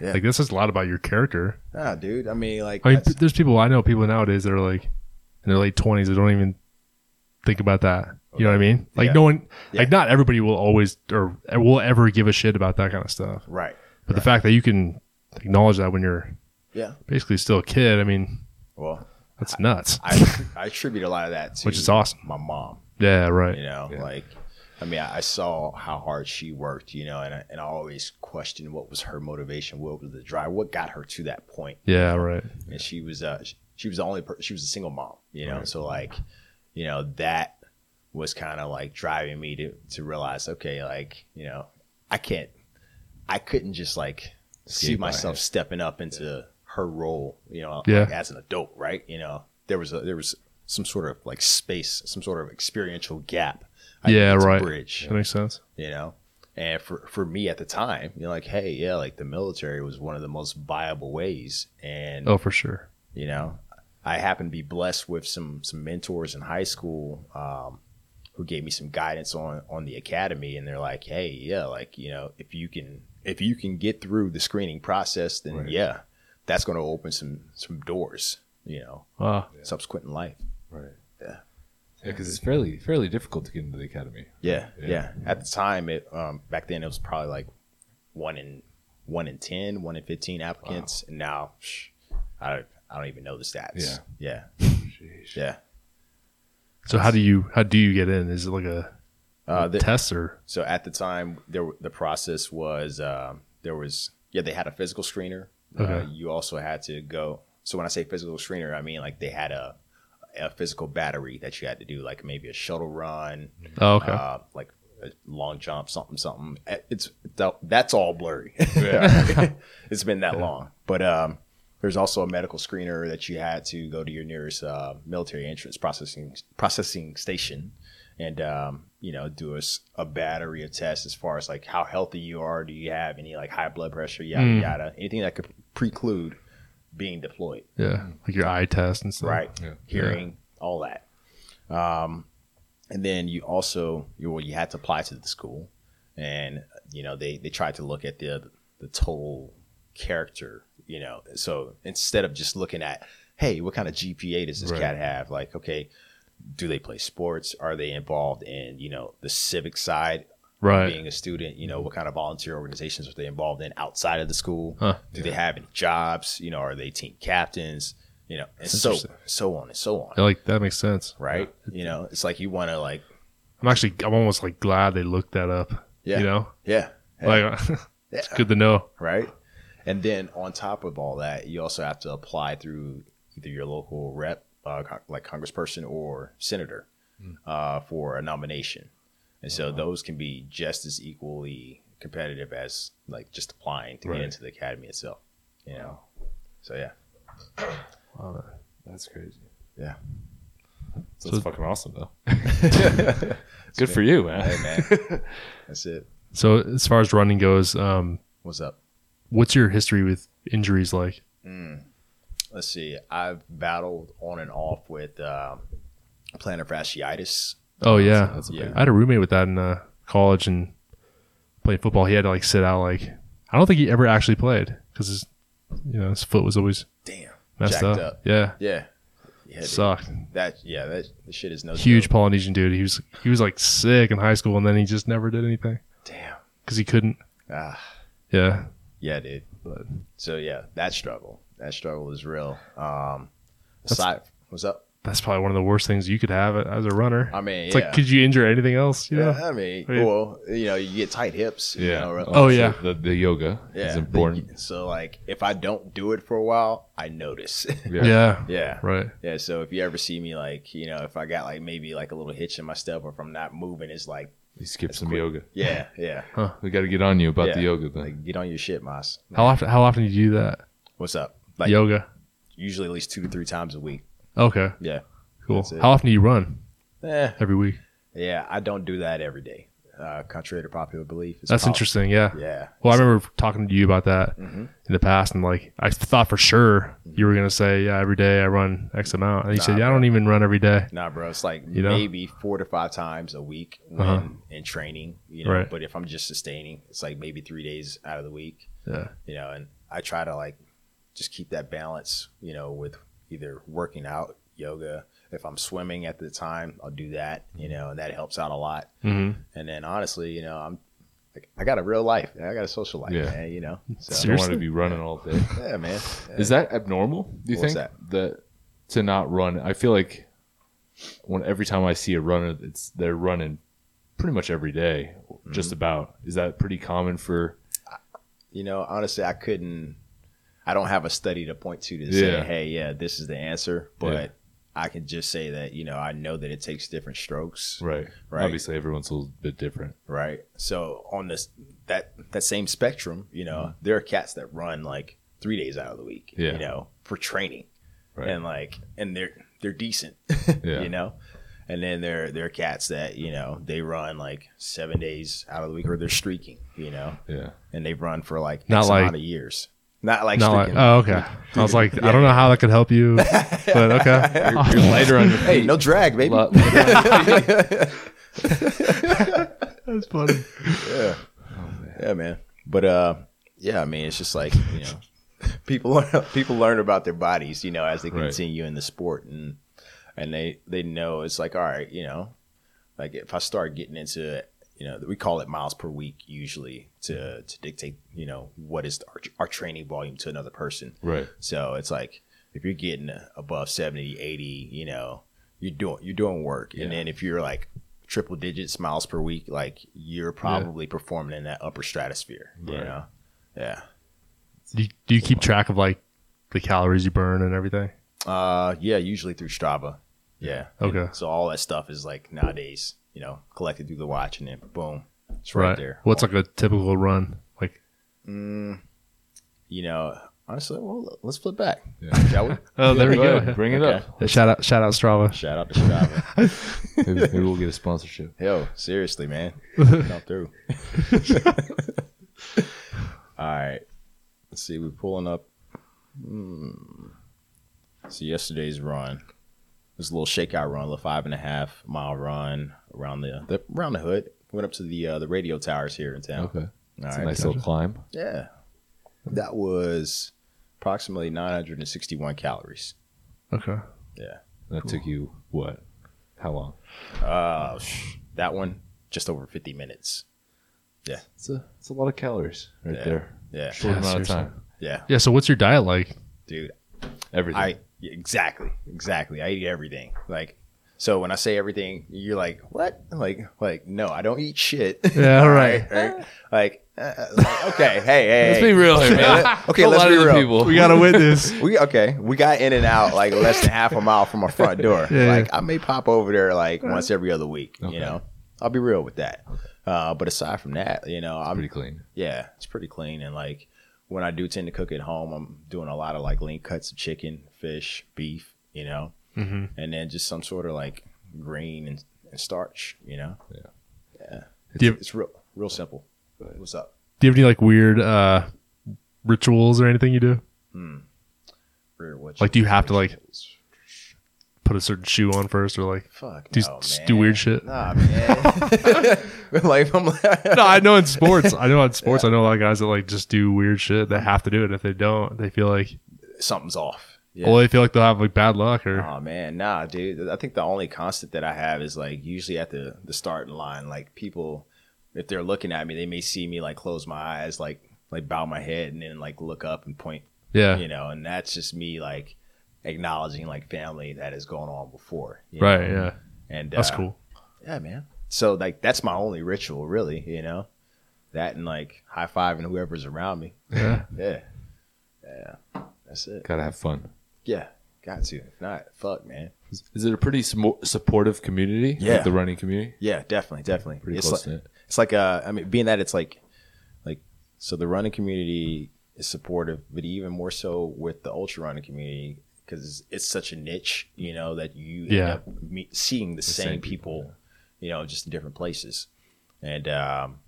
S1: Yeah.
S3: Like this says a lot about your character.
S1: ah, dude, I mean, like,
S3: I mean,
S1: that's-
S3: there's people I know people nowadays that are like in their late twenties that don't even think about that. You know what I mean? Like
S1: Yeah.
S3: no one,
S1: Yeah.
S3: like not everybody will always or will ever give a shit about that kind of stuff.
S1: right?
S3: But the fact that you can acknowledge that when you're
S1: Yeah.
S3: basically still a kid, I mean,
S1: Well,
S3: that's nuts.
S1: I I attribute a lot of that to
S3: Which is awesome.
S1: My mom.
S3: yeah, right.
S1: you know
S2: Yeah.
S1: like i mean I, I saw how hard she worked you know and I, and I always questioned what was her motivation what was the drive what got her to that point
S3: Yeah, right.
S1: and she was uh sh- she was the only per- she was a single mom you know so like you know that was kind of like driving me to to realize okay like you know i can't i couldn't just like see
S2: Skate by
S1: myself
S2: it.
S1: stepping up into her role you know
S3: Yeah.
S1: like, as an adult right you know there was a there was some sort of like space some sort of experiential gap
S3: Yeah,
S1: needed to
S3: right.
S1: bridge
S3: That makes sense.
S1: you know and for for me at the time you're like hey yeah like the military was one of the most viable ways and
S3: Oh, for sure.
S1: you know, I- I happen to be blessed with some some mentors in high school um, who gave me some guidance on on the academy, and they're like, "Hey, yeah, like you know, if you can if you can get through the screening process, then
S2: Right.
S1: yeah, that's going to open some some doors, you know,
S3: Uh,
S1: subsequent in life."
S2: Right.
S1: Yeah.
S2: Yeah, because it's fairly fairly difficult to get into the academy.
S1: Yeah,
S2: Yeah.
S1: yeah. At the time, it um, back then it was probably like one in one in 10, one in fifteen applicants, and now psh, I don't, I don't even know the stats. Yeah, yeah, yeah.
S3: so how do you how do you get in? Is it like a,
S1: Uh,
S3: a
S1: the-
S3: test or
S1: So at the time, there were- the process was um, there was yeah they had a physical screener. Uh,
S3: Okay.
S1: you also had to go. So when I say physical screener, I mean like they had a a physical battery that you had to do, like maybe a shuttle run,
S3: oh, okay?
S1: uh, like a long jump, something, something. It's that's all blurry. it's been that long. But um, there's also a medical screener that you had to go to your nearest uh, military entrance processing processing station, and um, you know do a, s- a battery of tests as far as like how healthy you are. Do you have any like high blood pressure? Yada
S3: Mm.
S1: yada. Anything that could preclude being deployed
S3: yeah, like your eye test and stuff.
S1: right?
S2: Yeah.
S1: Hearing all that. Um, and then you also you well, you had to apply to the school, and you know they they tried to look at the the total character. You know, so instead of just looking at hey, what kind of GPA does this
S2: Right.
S1: cat have? Like, okay, do they play sports? Are they involved in you know the civic side
S3: right.
S1: being a student, you know, what kind of volunteer organizations are they involved in outside of the school?
S3: Huh.
S1: Do they have any jobs? You know, are they team captains? You know, and so so on and so on.
S3: Yeah, like that makes sense.
S1: Right? You know, it's like you want to like,
S3: I'm actually I'm almost like glad they looked that up.
S1: yeah,
S3: You know,
S1: yeah, yeah,
S3: like
S1: yeah,
S3: it's good to know.
S1: right. And then on top of all that, you also have to apply through either your local rep, uh, con- like congressperson or senator,
S2: Hmm.
S1: uh, for a nomination. And so
S2: Uh-huh.
S1: those can be just as equally competitive as like just applying to
S2: Right.
S1: get into the academy itself. You know, so yeah. Uh,
S2: That's crazy.
S1: Yeah.
S3: So-
S2: So that's fucking awesome though. Good for you, man.
S1: Hey man, that's it.
S3: So as far as running goes, um,
S1: What's up? Hmm.
S3: what's your history with injuries like?
S1: Let's see. I've battled on and off with um, plantar fasciitis.
S3: Oh yeah,
S2: That's a
S1: Yeah.
S2: big-
S3: I had a roommate with that in uh, college and playing football. He had to like sit out. Like I don't think he ever actually played because his you know his foot was always
S1: Damn,
S3: messed
S1: jacked
S3: up.
S1: up.
S3: Yeah,
S1: Yeah, yeah. dude.
S3: sucked.
S1: that yeah, that, that shit is no
S3: Huge
S1: joke.
S3: Polynesian dude. He was he was like sick in high school and then he just never did anything
S1: Damn.
S3: because he couldn't.
S1: Ah,
S3: Yeah,
S1: yeah, dude.
S3: But-
S1: So yeah, that struggle, that struggle is real. Um, aside, what's up?
S3: that's probably one of the worst things you could have as a runner.
S1: I mean,
S3: It's
S1: yeah.
S3: like could you injure anything else? You know?
S1: yeah, I mean,
S3: I mean-
S1: well, you know, you get tight hips. You
S2: Yeah.
S1: know, right?
S3: Oh, yeah.
S2: The, the yoga
S1: yeah.
S2: is important.
S1: So like, if I don't do it for a while, I notice.
S3: yeah.
S1: yeah.
S3: Right.
S1: Yeah, so if you ever see me like, you know, if I got like maybe like a little hitch in my step or if I'm not moving, it's like,
S2: You skip some
S1: quick.
S2: yoga.
S1: yeah, yeah.
S2: We got to get on you about the
S1: Yeah.
S2: yoga then.
S1: Like get on your shit, Moss.
S3: How often? How often do you do that?
S1: What's up? Like
S3: Yoga.
S1: usually at least two to three times a week.
S3: Okay.
S1: Yeah.
S3: Cool.
S1: That's it.
S3: How often do you run
S1: Eh,
S3: every week?
S1: yeah, I don't do that every day. Uh, contrary to popular belief. it's
S3: That's
S1: prob-
S3: interesting. Yeah.
S1: Yeah.
S3: Well, I remember talking to you about that
S1: Mhm.
S3: in the past, and like I thought for sure you were gonna say, "Yeah, every day I run X amount," and you said,
S1: Nah,
S3: "Yeah, I don't even run every day."
S1: Nah, bro. It's like
S3: You know?
S1: maybe four to five times a week when
S3: Uh-huh.
S1: in training, you know.
S3: Right.
S1: But if I'm just sustaining, it's like maybe three days out of the week.
S3: Yeah.
S1: you know and i try to like just keep that balance you know with either working out yoga if i'm swimming at the time i'll do that you know and that helps out a lot
S3: hmm
S1: and then honestly you know i'm like, i got a real life i got a social life
S2: Yeah.
S1: man you know so
S2: You don't want
S3: Seriously?
S2: to be running all day.
S1: yeah man Yeah.
S2: Is that abnormal? Do you
S1: What's
S2: think that to not run? I feel like when every time I see a runner, it's they're running pretty much every day, just
S1: Mm-hmm.
S2: about. Is that pretty common for?
S1: you know honestly i couldn't i don't have a study to point to to say
S2: Yeah.
S1: hey yeah this is the answer but
S2: Yeah.
S1: i can just say that you know i know that it takes different strokes
S2: Right.
S1: Right.
S2: Obviously, everyone's a little bit different.
S1: right? So on this that that same spectrum, you know, there are cats that run like three days out of the week,
S2: Mm-hmm. Yeah.
S1: you know, for training,
S2: Right.
S1: and like and they're they're decent,
S2: Yeah.
S1: you know. And then there there are cats that you know they run like seven days out of the week, or they're streaking, you know,
S2: yeah.
S1: and they run for like
S3: Not
S1: X
S3: like-
S1: amount of years. Not like
S3: Not like,
S1: streaking.
S3: oh, okay. I was like, I don't know how that could help you, but okay.
S2: You're, you're lighter on your
S1: hey, no drag, baby.
S2: Lot- oh,
S3: That's funny.
S1: Yeah, man. But uh, yeah, I mean, it's just like you know, people people learn about their bodies, you know, as they
S2: Right.
S1: continue in the sport, and and they they know it's like all right, you know, like if I start getting into you know, we call it miles per week usually to to dictate you know what is our, our training volume to another person.
S2: Right.
S1: So it's like if you're getting above 70, 80, you know, you're doing you're doing work. And
S2: Yeah.
S1: then if you're like triple digits miles per week, like you're probably performing in that upper stratosphere. You
S2: Right.
S1: know? Yeah.
S3: Do you, do you keep track of like the calories you burn and everything?
S1: Uh yeah, usually through Strava. Yeah.
S3: Okay.
S1: So all that stuff is like nowadays, you know, collected through the watch and then boom. It's right,
S3: Right.
S1: there.
S3: What's like a typical run? Like,
S1: Mm, you know, honestly, well let's flip back.
S2: Yeah.
S1: Shall we?
S3: oh, there we go.
S2: Bring it
S1: Okay.
S2: up.
S3: Shout out, shout out Strava.
S1: Shout out to Strava.
S2: Maybe, maybe we'll get a sponsorship.
S1: Yo, seriously, man. Come through. All right. Let's see, we're pulling up. Hmm. So yesterday's run. It was a little shakeout run, a little five and a half mile run around the, the around the hood. Went up to the uh, the radio towers here in town.
S2: Okay.
S1: All
S2: It's
S1: right.
S2: a nice little climb.
S1: Yeah. That was approximately 961 calories.
S3: Okay.
S2: That took you what? How long?
S1: Uh, sh- that one just over 50 minutes.
S2: It's a it's a lot of calories right
S1: Yeah.
S2: there.
S1: Yeah.
S2: Short
S3: Yeah,
S2: amount
S3: seriously.
S2: of time.
S1: Yeah.
S3: Yeah. So what's your diet like?
S1: Dude,
S2: Everything.
S1: I yeah, exactly, exactly. I eat everything. Like, so when I say everything, you're like, what? Like, like no, I don't eat shit.
S3: Yeah,
S1: All
S3: right.
S1: right. Like, uh, like, okay, hey, hey.
S2: let's be
S1: hey.
S2: real here, man.
S1: Okay,
S2: a
S1: let's
S2: lot
S1: be
S2: of the
S1: real.
S2: people.
S3: We got to witness.
S1: We okay. We got in and out like less than half a mile from our front door.
S3: Yeah.
S1: Like I may pop over there like once every other week.
S2: Okay.
S1: You know, I'll be real with that. Uh, but aside from that, you know, I'm
S2: pretty clean.
S1: yeah, it's pretty clean. And like when I do tend to cook at home, I'm doing a lot of like lean cuts of chicken, fish, beef, you know,
S3: hmm
S1: and then just some sort of like green and, and starch, you know.
S2: Yeah.
S1: yeah. It's,
S3: Do you-
S1: it's real, real simple. What's up?
S3: Do you have any like weird uh, rituals or anything you do?
S1: Hmm. Rear witch.
S3: Like, do you have to like put a certain shoe on first, or like
S1: Fuck.
S3: do
S1: no,
S3: s-
S1: Oh, man.
S3: do weird shit?
S1: Nah, man. like I'm like,
S3: No, I know in sports. I know in sports. I know a lot of guys that like just do weird shit. They have to do it. If they don't, they feel like
S1: something's off. Yeah.
S3: well, they feel like they'll have like bad luck or
S1: Oh man, nah, dude. I think the only constant that I have is like usually at the the starting line, like people, if they're looking at me, they may see me like close my eyes, like like bow my head, and then like look up and point,
S3: yeah,
S1: you know. And that's just me like acknowledging like family that has gone on before, you
S3: right,
S1: know?
S3: yeah.
S1: And
S3: That's
S1: uh,
S3: cool.
S1: Yeah, man. So like that's my only ritual, really, you know. That and like high fiving whoever's around me.
S3: Yeah,
S1: Yeah, yeah. That's it.
S2: Gotta have fun.
S1: Yeah, got to. If not, fuck, man.
S2: Is, is it a pretty smo- supportive community?
S1: Yeah.
S2: Like the running community?
S1: Yeah, definitely, definitely.
S2: Pretty
S1: it's
S2: close
S1: like,
S2: knit.
S1: it's like uh, I mean, being that it's like, like, so the running community is supportive, but even more so with the ultra running community because it's, it's such a niche, you know, that you
S3: Yeah.
S1: end up meet, seeing the, same,
S2: same people,
S1: people, you know, just in different places, and um,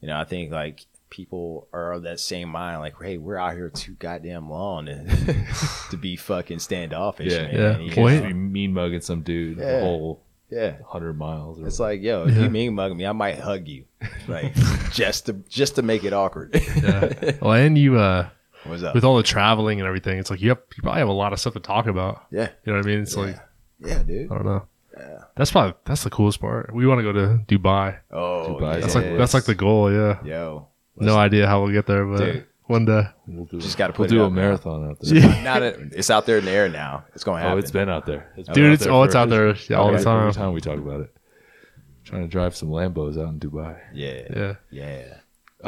S1: you know, I think like people are of that same mind, like, hey, we're out here too goddamn long to, to be fucking standoffish,
S2: Yeah.
S1: man.
S3: Yeah.
S1: You
S2: You
S1: know?
S2: can't
S3: Wait.
S2: just be mean mugging some dude the
S1: Yeah.
S2: whole
S1: yeah.
S2: hundred miles. Or
S1: It's
S2: whatever.
S1: like, yo, if you mean mug me, I might hug you, like just to just to make it awkward.
S3: yeah. well, and you uh,
S1: What's up?
S3: with all the traveling and everything, it's like you have you probably have a lot of stuff to talk about.
S1: yeah,
S3: You know what I mean? It's like
S1: yeah, dude.
S3: I don't know.
S1: Yeah.
S3: That's probably that's the coolest part. We want to go to Dubai.
S1: Oh,
S2: Dubai.
S3: That's
S1: yes.
S3: like that's like the goal. Yeah.
S1: yo.
S3: No idea how we'll get there, but
S1: Dude.
S3: one day.
S2: we'll do,
S1: Just gotta
S2: we'll
S1: put it
S2: do
S1: out
S2: a
S1: there.
S2: marathon out there.
S3: Yeah.
S1: Not it. It's out there in the air now. It's gonna happen.
S2: Oh, it's been out there, It's been
S3: Dude,
S2: out
S3: it's
S2: there
S3: oh, it's
S2: for-
S3: out there all the
S2: every-
S3: time.
S2: Every time we talk about it, trying to drive some Lambos out in Dubai.
S1: Yeah,
S3: Yeah,
S1: yeah.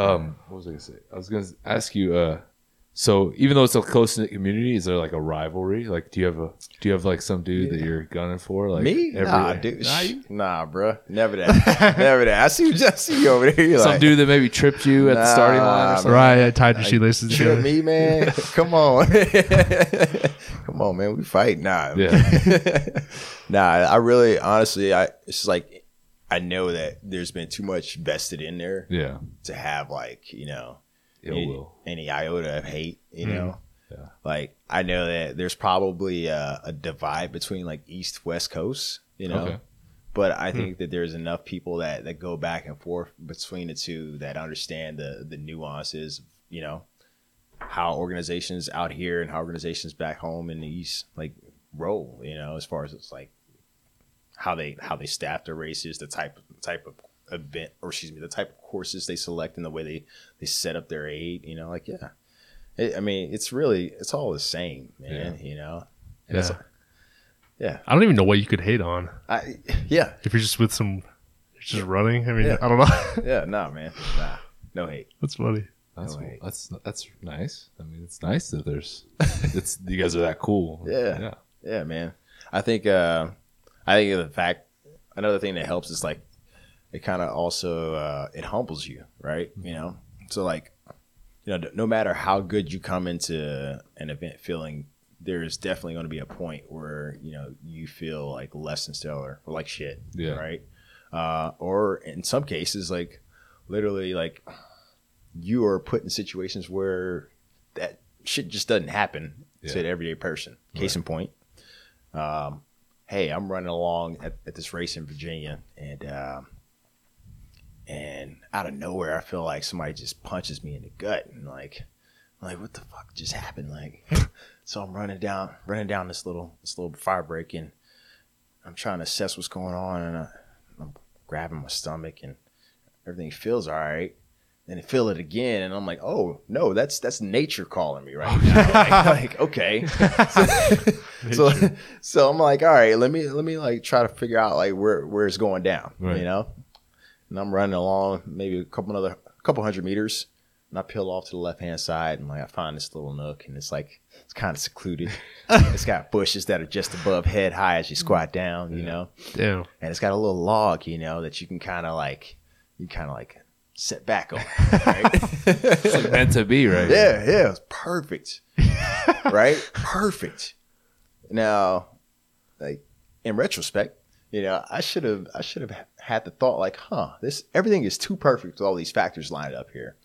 S2: Um, what was I gonna say? I was gonna s- ask you. Uh, so even though it's a close knit community, is there like a rivalry? Like, do you have a do you have like some dude that you're gunning for? Like
S1: Me?
S2: every-
S1: nah, dude.
S2: Nah, you-
S1: Nah, bro. Never that. Never that. I see you. I see you over there. You're
S2: some
S1: like,
S2: dude that maybe tripped you at the starting line or
S1: Nah,
S2: something.
S3: right. I tied your shoelaces
S1: Trip
S3: together.
S1: me, man. Come on. Come on, man. We fight. Nah. nah, I really honestly I it's just like I know that there's been too much vested in there
S2: Yeah,
S1: to have like, you know,
S2: It
S1: any,
S2: will.
S1: any iota of hate, you
S3: Mm.
S1: know?
S2: Mm-hmm. Yeah.
S1: Like I know that there's probably a, a divide between like East West Coast, you know.
S2: Okay.
S1: But I think that there's enough people that, that go back and forth between the two that understand the the nuances, you know, how organizations out here and how organizations back home in the East like roll, you know, as far as it's like how they how they staff their races, the type type of event or excuse me, the type of courses they select and the way they they set up their aid, you know, like yeah. It, I mean, it's really it's all the same, man, you know. And it's-
S3: Yeah.
S1: yeah.
S3: I don't even know what you could hate on
S1: I yeah,
S3: if you're just with some, you're just running. I mean,
S1: Yeah.
S3: I don't know.
S1: yeah, nah, man. Nah, no hate.
S3: That's funny.
S2: That's
S1: No, wait.
S2: that's that's nice. I mean, it's nice that there's it's you guys are that cool.
S1: Yeah.
S2: yeah.
S1: Yeah, man. I think uh I think the fact another thing that helps is like it kind of also uh it humbles you, right? You know. So like you know, no matter how good you come into an event feeling there's definitely going to be a point where you know you feel like less than stellar or like shit,
S2: Yeah.
S1: right? Uh, or in some cases, like literally, like you are put in situations where that shit just doesn't happen
S2: Yeah.
S1: to an everyday person. Case in point, um, hey, I'm running along at, at this race in Virginia, and um, and out of nowhere, I feel like somebody just punches me in the gut, and like, I'm like what the fuck just happened? Like, so I'm running down, running down this little this little fire break, and I'm trying to assess what's going on, and I, I'm grabbing my stomach, and everything feels all right. Then I feel it again, and I'm like, "Oh no, that's that's nature calling me right now." like, like, okay, so, so I'm like, all right, let me let me like try to figure out like where where it's going down,
S2: Right.
S1: you know. And I'm running along, maybe a couple another a couple hundred meters, and I peel off to the left hand side, and like I find this little nook, and it's like it's kind of secluded. it's got bushes that are just above head high
S2: Mm.
S1: as you squat down, you know,
S3: Damn.
S1: and it's got a little log, you know, that you can kind of like you kind of like sit back on.
S2: It's like meant to be, right?
S1: Yeah, yeah, it's perfect. right? Perfect. Now, like in retrospect, you know, I should have I should have had the thought like, huh, this everything is too perfect with all these factors lined up here.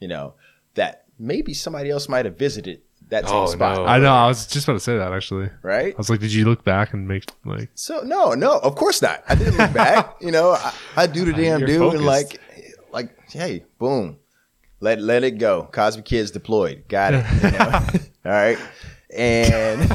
S1: You know, that maybe somebody else might have visited that same
S2: Oh,
S1: spot,
S2: no.
S3: I know. I was just about to say that actually. I
S1: right?
S3: was like, did you look back and make like?
S1: So no, no, of course not. I didn't look back. You know, I, I do the damn
S2: You're
S1: do and
S2: focused.
S1: like, like, hey, boom, let let it go. Cosmic Kids deployed. Got it. you know? All right, and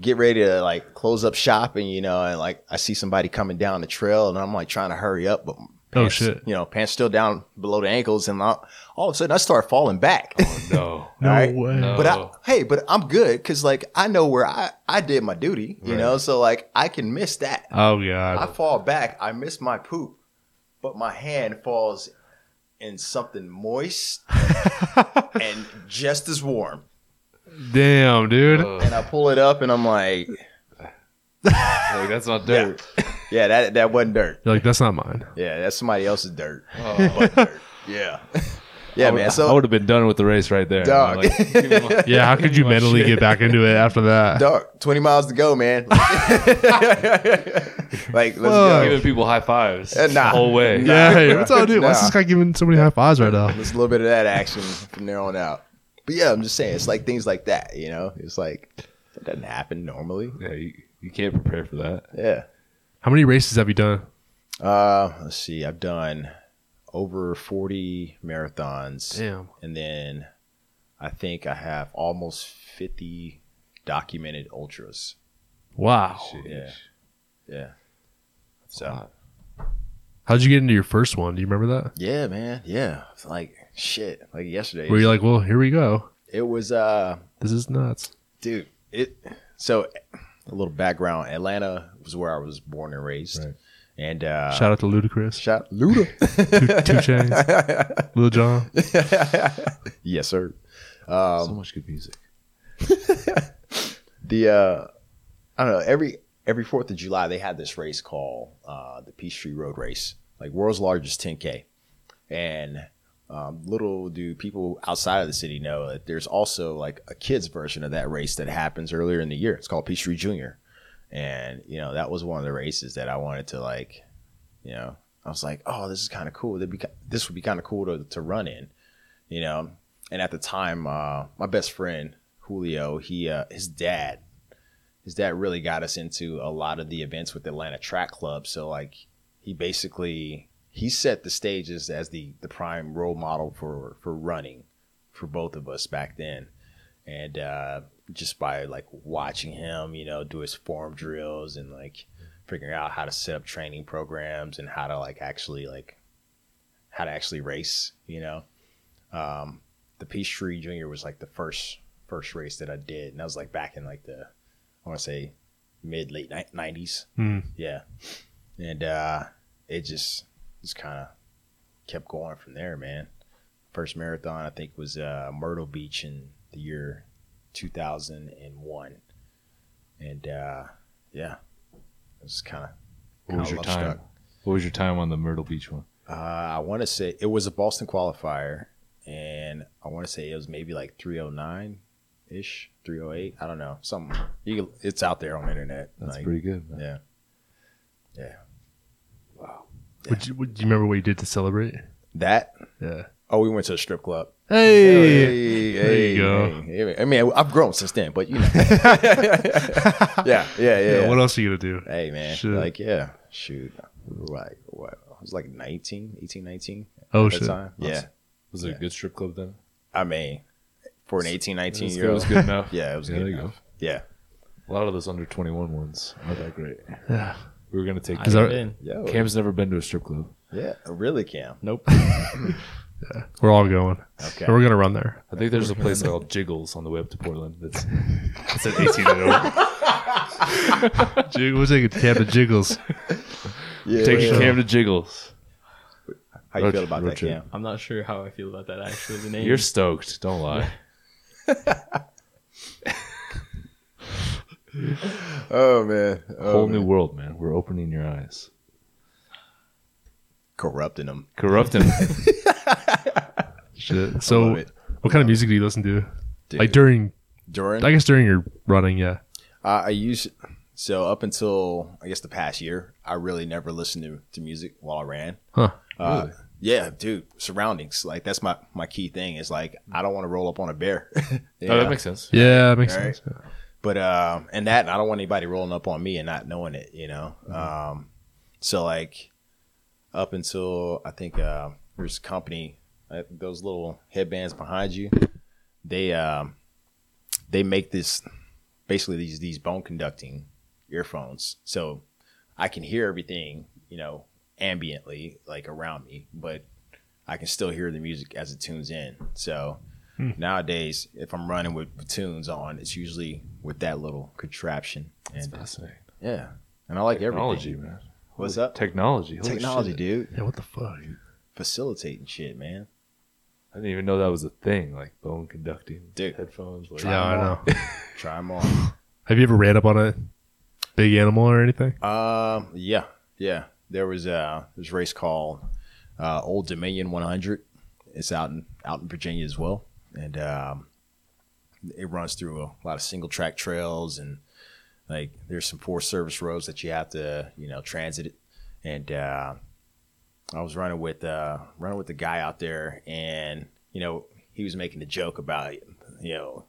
S1: get ready to like close up shop, and you know, and like I see somebody coming down the trail, and I'm like trying to hurry up, but.
S3: Oh,
S1: pants,
S3: shit.
S1: You know, pants still down below the ankles, and I, all of a sudden I start falling back.
S2: No.
S3: No
S1: Alright.
S3: way.
S2: No.
S1: But I,
S2: Oh.
S1: hey, but I'm good because like I know where I I did my duty, you
S2: Right.
S1: know. So like I can miss that.
S3: Oh god.
S1: I fall back. I miss my poop, but my hand falls in something moist and just as warm.
S3: Damn, dude.
S2: Ugh.
S1: And I pull it up, and I'm like,
S2: like that's not dirt.
S1: yeah, that that wasn't dirt.
S3: You're like that's not mine.
S1: Yeah, that's somebody else's dirt.
S2: Oh.
S1: But dirt. Yeah, yeah,
S2: I would-
S1: man.
S2: I
S1: So
S2: would have been done with the race right there.
S1: Dog.
S2: Like, give me my-
S3: Yeah. How could you
S2: my
S3: mentally
S2: shit.
S3: get back into it after that?
S1: dark. Twenty miles to go, man. like,
S3: Fuck.
S1: let's go.
S2: giving people high fives
S1: Uh, nah.
S2: the whole way.
S1: Nah.
S3: yeah. Hey, what's up, dude? Why's
S1: Nah.
S3: this guy giving so many high fives right now?
S1: There's a little bit of that action from there on out. But yeah, I'm just saying, it's like things like that, you know? It's like, that doesn't happen normally.
S2: Yeah, you, you can't prepare for that.
S1: Yeah.
S3: How many races have you done?
S1: Uh, let's see. I've done over 40 marathons.
S3: Damn.
S1: And then I think I have almost 50 documented ultras.
S3: Wow.
S2: Jeez.
S1: Oh, Yeah. Yeah. So,
S2: Wow.
S3: How'd you get into your first one? Do you remember that?
S1: yeah, man. Yeah. It's Like, shit. Like yesterday.
S3: Where you're like, well, here we go.
S1: it was, uh,
S3: This is nuts.
S1: dude it so a little background atlanta was where i was born and raised
S2: Right.
S1: and uh
S3: Shout out to Ludacris,
S1: shout luda
S3: Two Chains, Lil Jon.
S1: yes sir Um,
S2: so much good music.
S1: the uh i don't know every every fourth of july they had this race called uh the peachtree road race like world's largest 10k and um, little do people outside of the city know that there's also like a kids version of that race that happens earlier in the year it's called peachtree junior and you know that was one of the races that i wanted to like you know i was like oh this is kind of cool That'd be, ki- this would be kind of cool to, to run in you know. And at the time, uh, my best friend Julio, he uh, his dad, his dad really got us into a lot of the events with Atlanta Track Club. So like, he basically he set the stages as the the prime role model for for running for both of us back then, and uh, just by like watching him, you know, do his form drills and like figuring out how to set up training programs and how to like actually like how to actually race, you know. Um, the Peachtree Junior was like the first first race that I did, and that was like back in like the I want to say mid late nineties,
S3: Hmm.
S1: yeah. And uh, it just just kind of kept going from there, man. First marathon I think was uh, Myrtle Beach in the year two thousand and one, and uh, yeah, it was kind of
S2: What was your time? What was your time on the Myrtle Beach one?
S1: uh, I want to say it was a Boston qualifier, and I want to say it was maybe like 309 ish, 308. I don't know. Something. You, can- it's out there on the internet.
S2: That's
S1: like,
S2: pretty good. Man.
S1: Yeah.
S3: Would you, would, do you remember what you did to celebrate?
S1: That.
S3: Yeah.
S1: Oh, we went to a strip club.
S3: Hey.
S1: there
S3: you go.
S1: I mean, I've grown since then, but you know. yeah, yeah, yeah.
S3: Yeah,
S1: yeah.
S3: What else are you gonna do?
S1: Hey, man.
S3: Shit.
S1: Like, yeah. Shoot. Like, what? I was like 19, 18, 19
S3: Oh
S1: at
S3: shit.
S1: the time. Yeah.
S2: Was it
S1: Yeah.
S2: a good strip club then?
S1: I mean, for an 18, 19
S2: It's
S1: year
S2: good- It was
S1: old.
S2: good enough.
S1: Yeah, it was good
S2: there you
S1: enough. Yeah.
S2: go. A lot of those under 21 ones aren't that great.
S3: Yeah.
S2: We were going to take
S3: Is our-
S4: in.
S1: Yeah.
S2: Cam's never been to a strip club.
S1: Yeah, really, Cam.
S4: Nope.
S3: We're all going.
S1: Okay.
S3: And we're gonna run there.
S2: I think there's a place called Jiggles on the way up to Portland. That's it's at 18 and over.
S3: Jig- We'll take it to Camp of Jiggles.
S1: Yeah.
S2: Taking Cam to Jiggles.
S1: How you
S2: Road
S1: feel
S2: trip,
S1: about
S2: road
S1: that,
S2: trip.
S1: Cam?
S4: I'm not sure how I feel about that actually. The name.
S2: You're stoked. Don't lie.
S1: Oh man,
S2: Whole new world, man. We're opening your eyes.
S1: corrupting them.
S2: Corrupting. Oh,
S3: Shit. So,
S1: love it.
S3: what kind of music do you listen to?
S1: Dude.
S3: Like during,
S1: During
S3: I guess during your running, yeah.
S1: I, I used so up until I guess the past year, I really never listened to, to music while I ran.
S3: Huh.
S1: Uh, Yeah, dude, surroundings like that's my my key thing is like I don't want to roll up on a bear.
S2: Oh,
S1: Yeah.
S2: that makes sense.
S3: Yeah, that makes
S1: Alright.
S3: sense.
S1: but um and that and I don't want anybody rolling up on me and not knowing it, you know.
S2: Mm-hmm.
S1: Um so like up until I think uh there's a company uh, those little headbands behind you, they um they make this basically these these bone conducting earphones. So I can hear everything, you know, ambiently like around me, but I can still hear the music as it tunes in. So
S2: Hmm.
S1: nowadays, if I'm running with, with tunes on, it's usually with that little contraption.
S2: It's
S1: And
S2: fascinating.
S1: yeah, and I like
S2: Technology,
S1: everything.
S2: man.
S1: What's up?
S2: Technology. Holy
S1: Technology,
S2: shit.
S1: dude.
S3: Yeah, what the fuck?
S1: Facilitating shit, man.
S2: I didn't even know that was a thing. Like bone conducting.
S1: Dude.
S2: Headphones. Like,
S3: Yeah, I know.
S1: Try them on.
S3: Have you ever ran up on a big animal or anything?
S1: um, yeah, yeah. There was uh, this race called uh, Old Dominion 100. It's out in out in Virginia as well, and um, it runs through a lot of single track trails and like there's some forest service roads that you have to you know transit it. And uh, I was running with uh, running with the guy out there, and you know he was making a joke about you know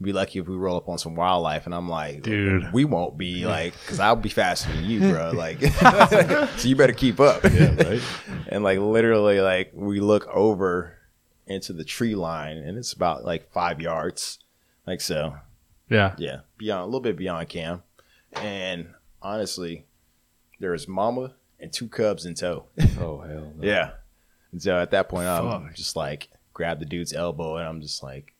S1: be lucky if we roll up on some wildlife, and I'm like,
S3: Dude.
S1: we won't be like because I'll be faster than you, bro. Like, so you better keep up.
S2: Yeah, right.
S1: And like literally, like we look over into the tree line, and it's about like five yards, like so.
S3: Yeah.
S1: Yeah, beyond a little bit beyond Cam. And honestly, there is mama and two cubs in tow.
S2: Oh hell. No.
S1: Yeah. And so at that point, I'm just like grab the dude's elbow, and I'm just like,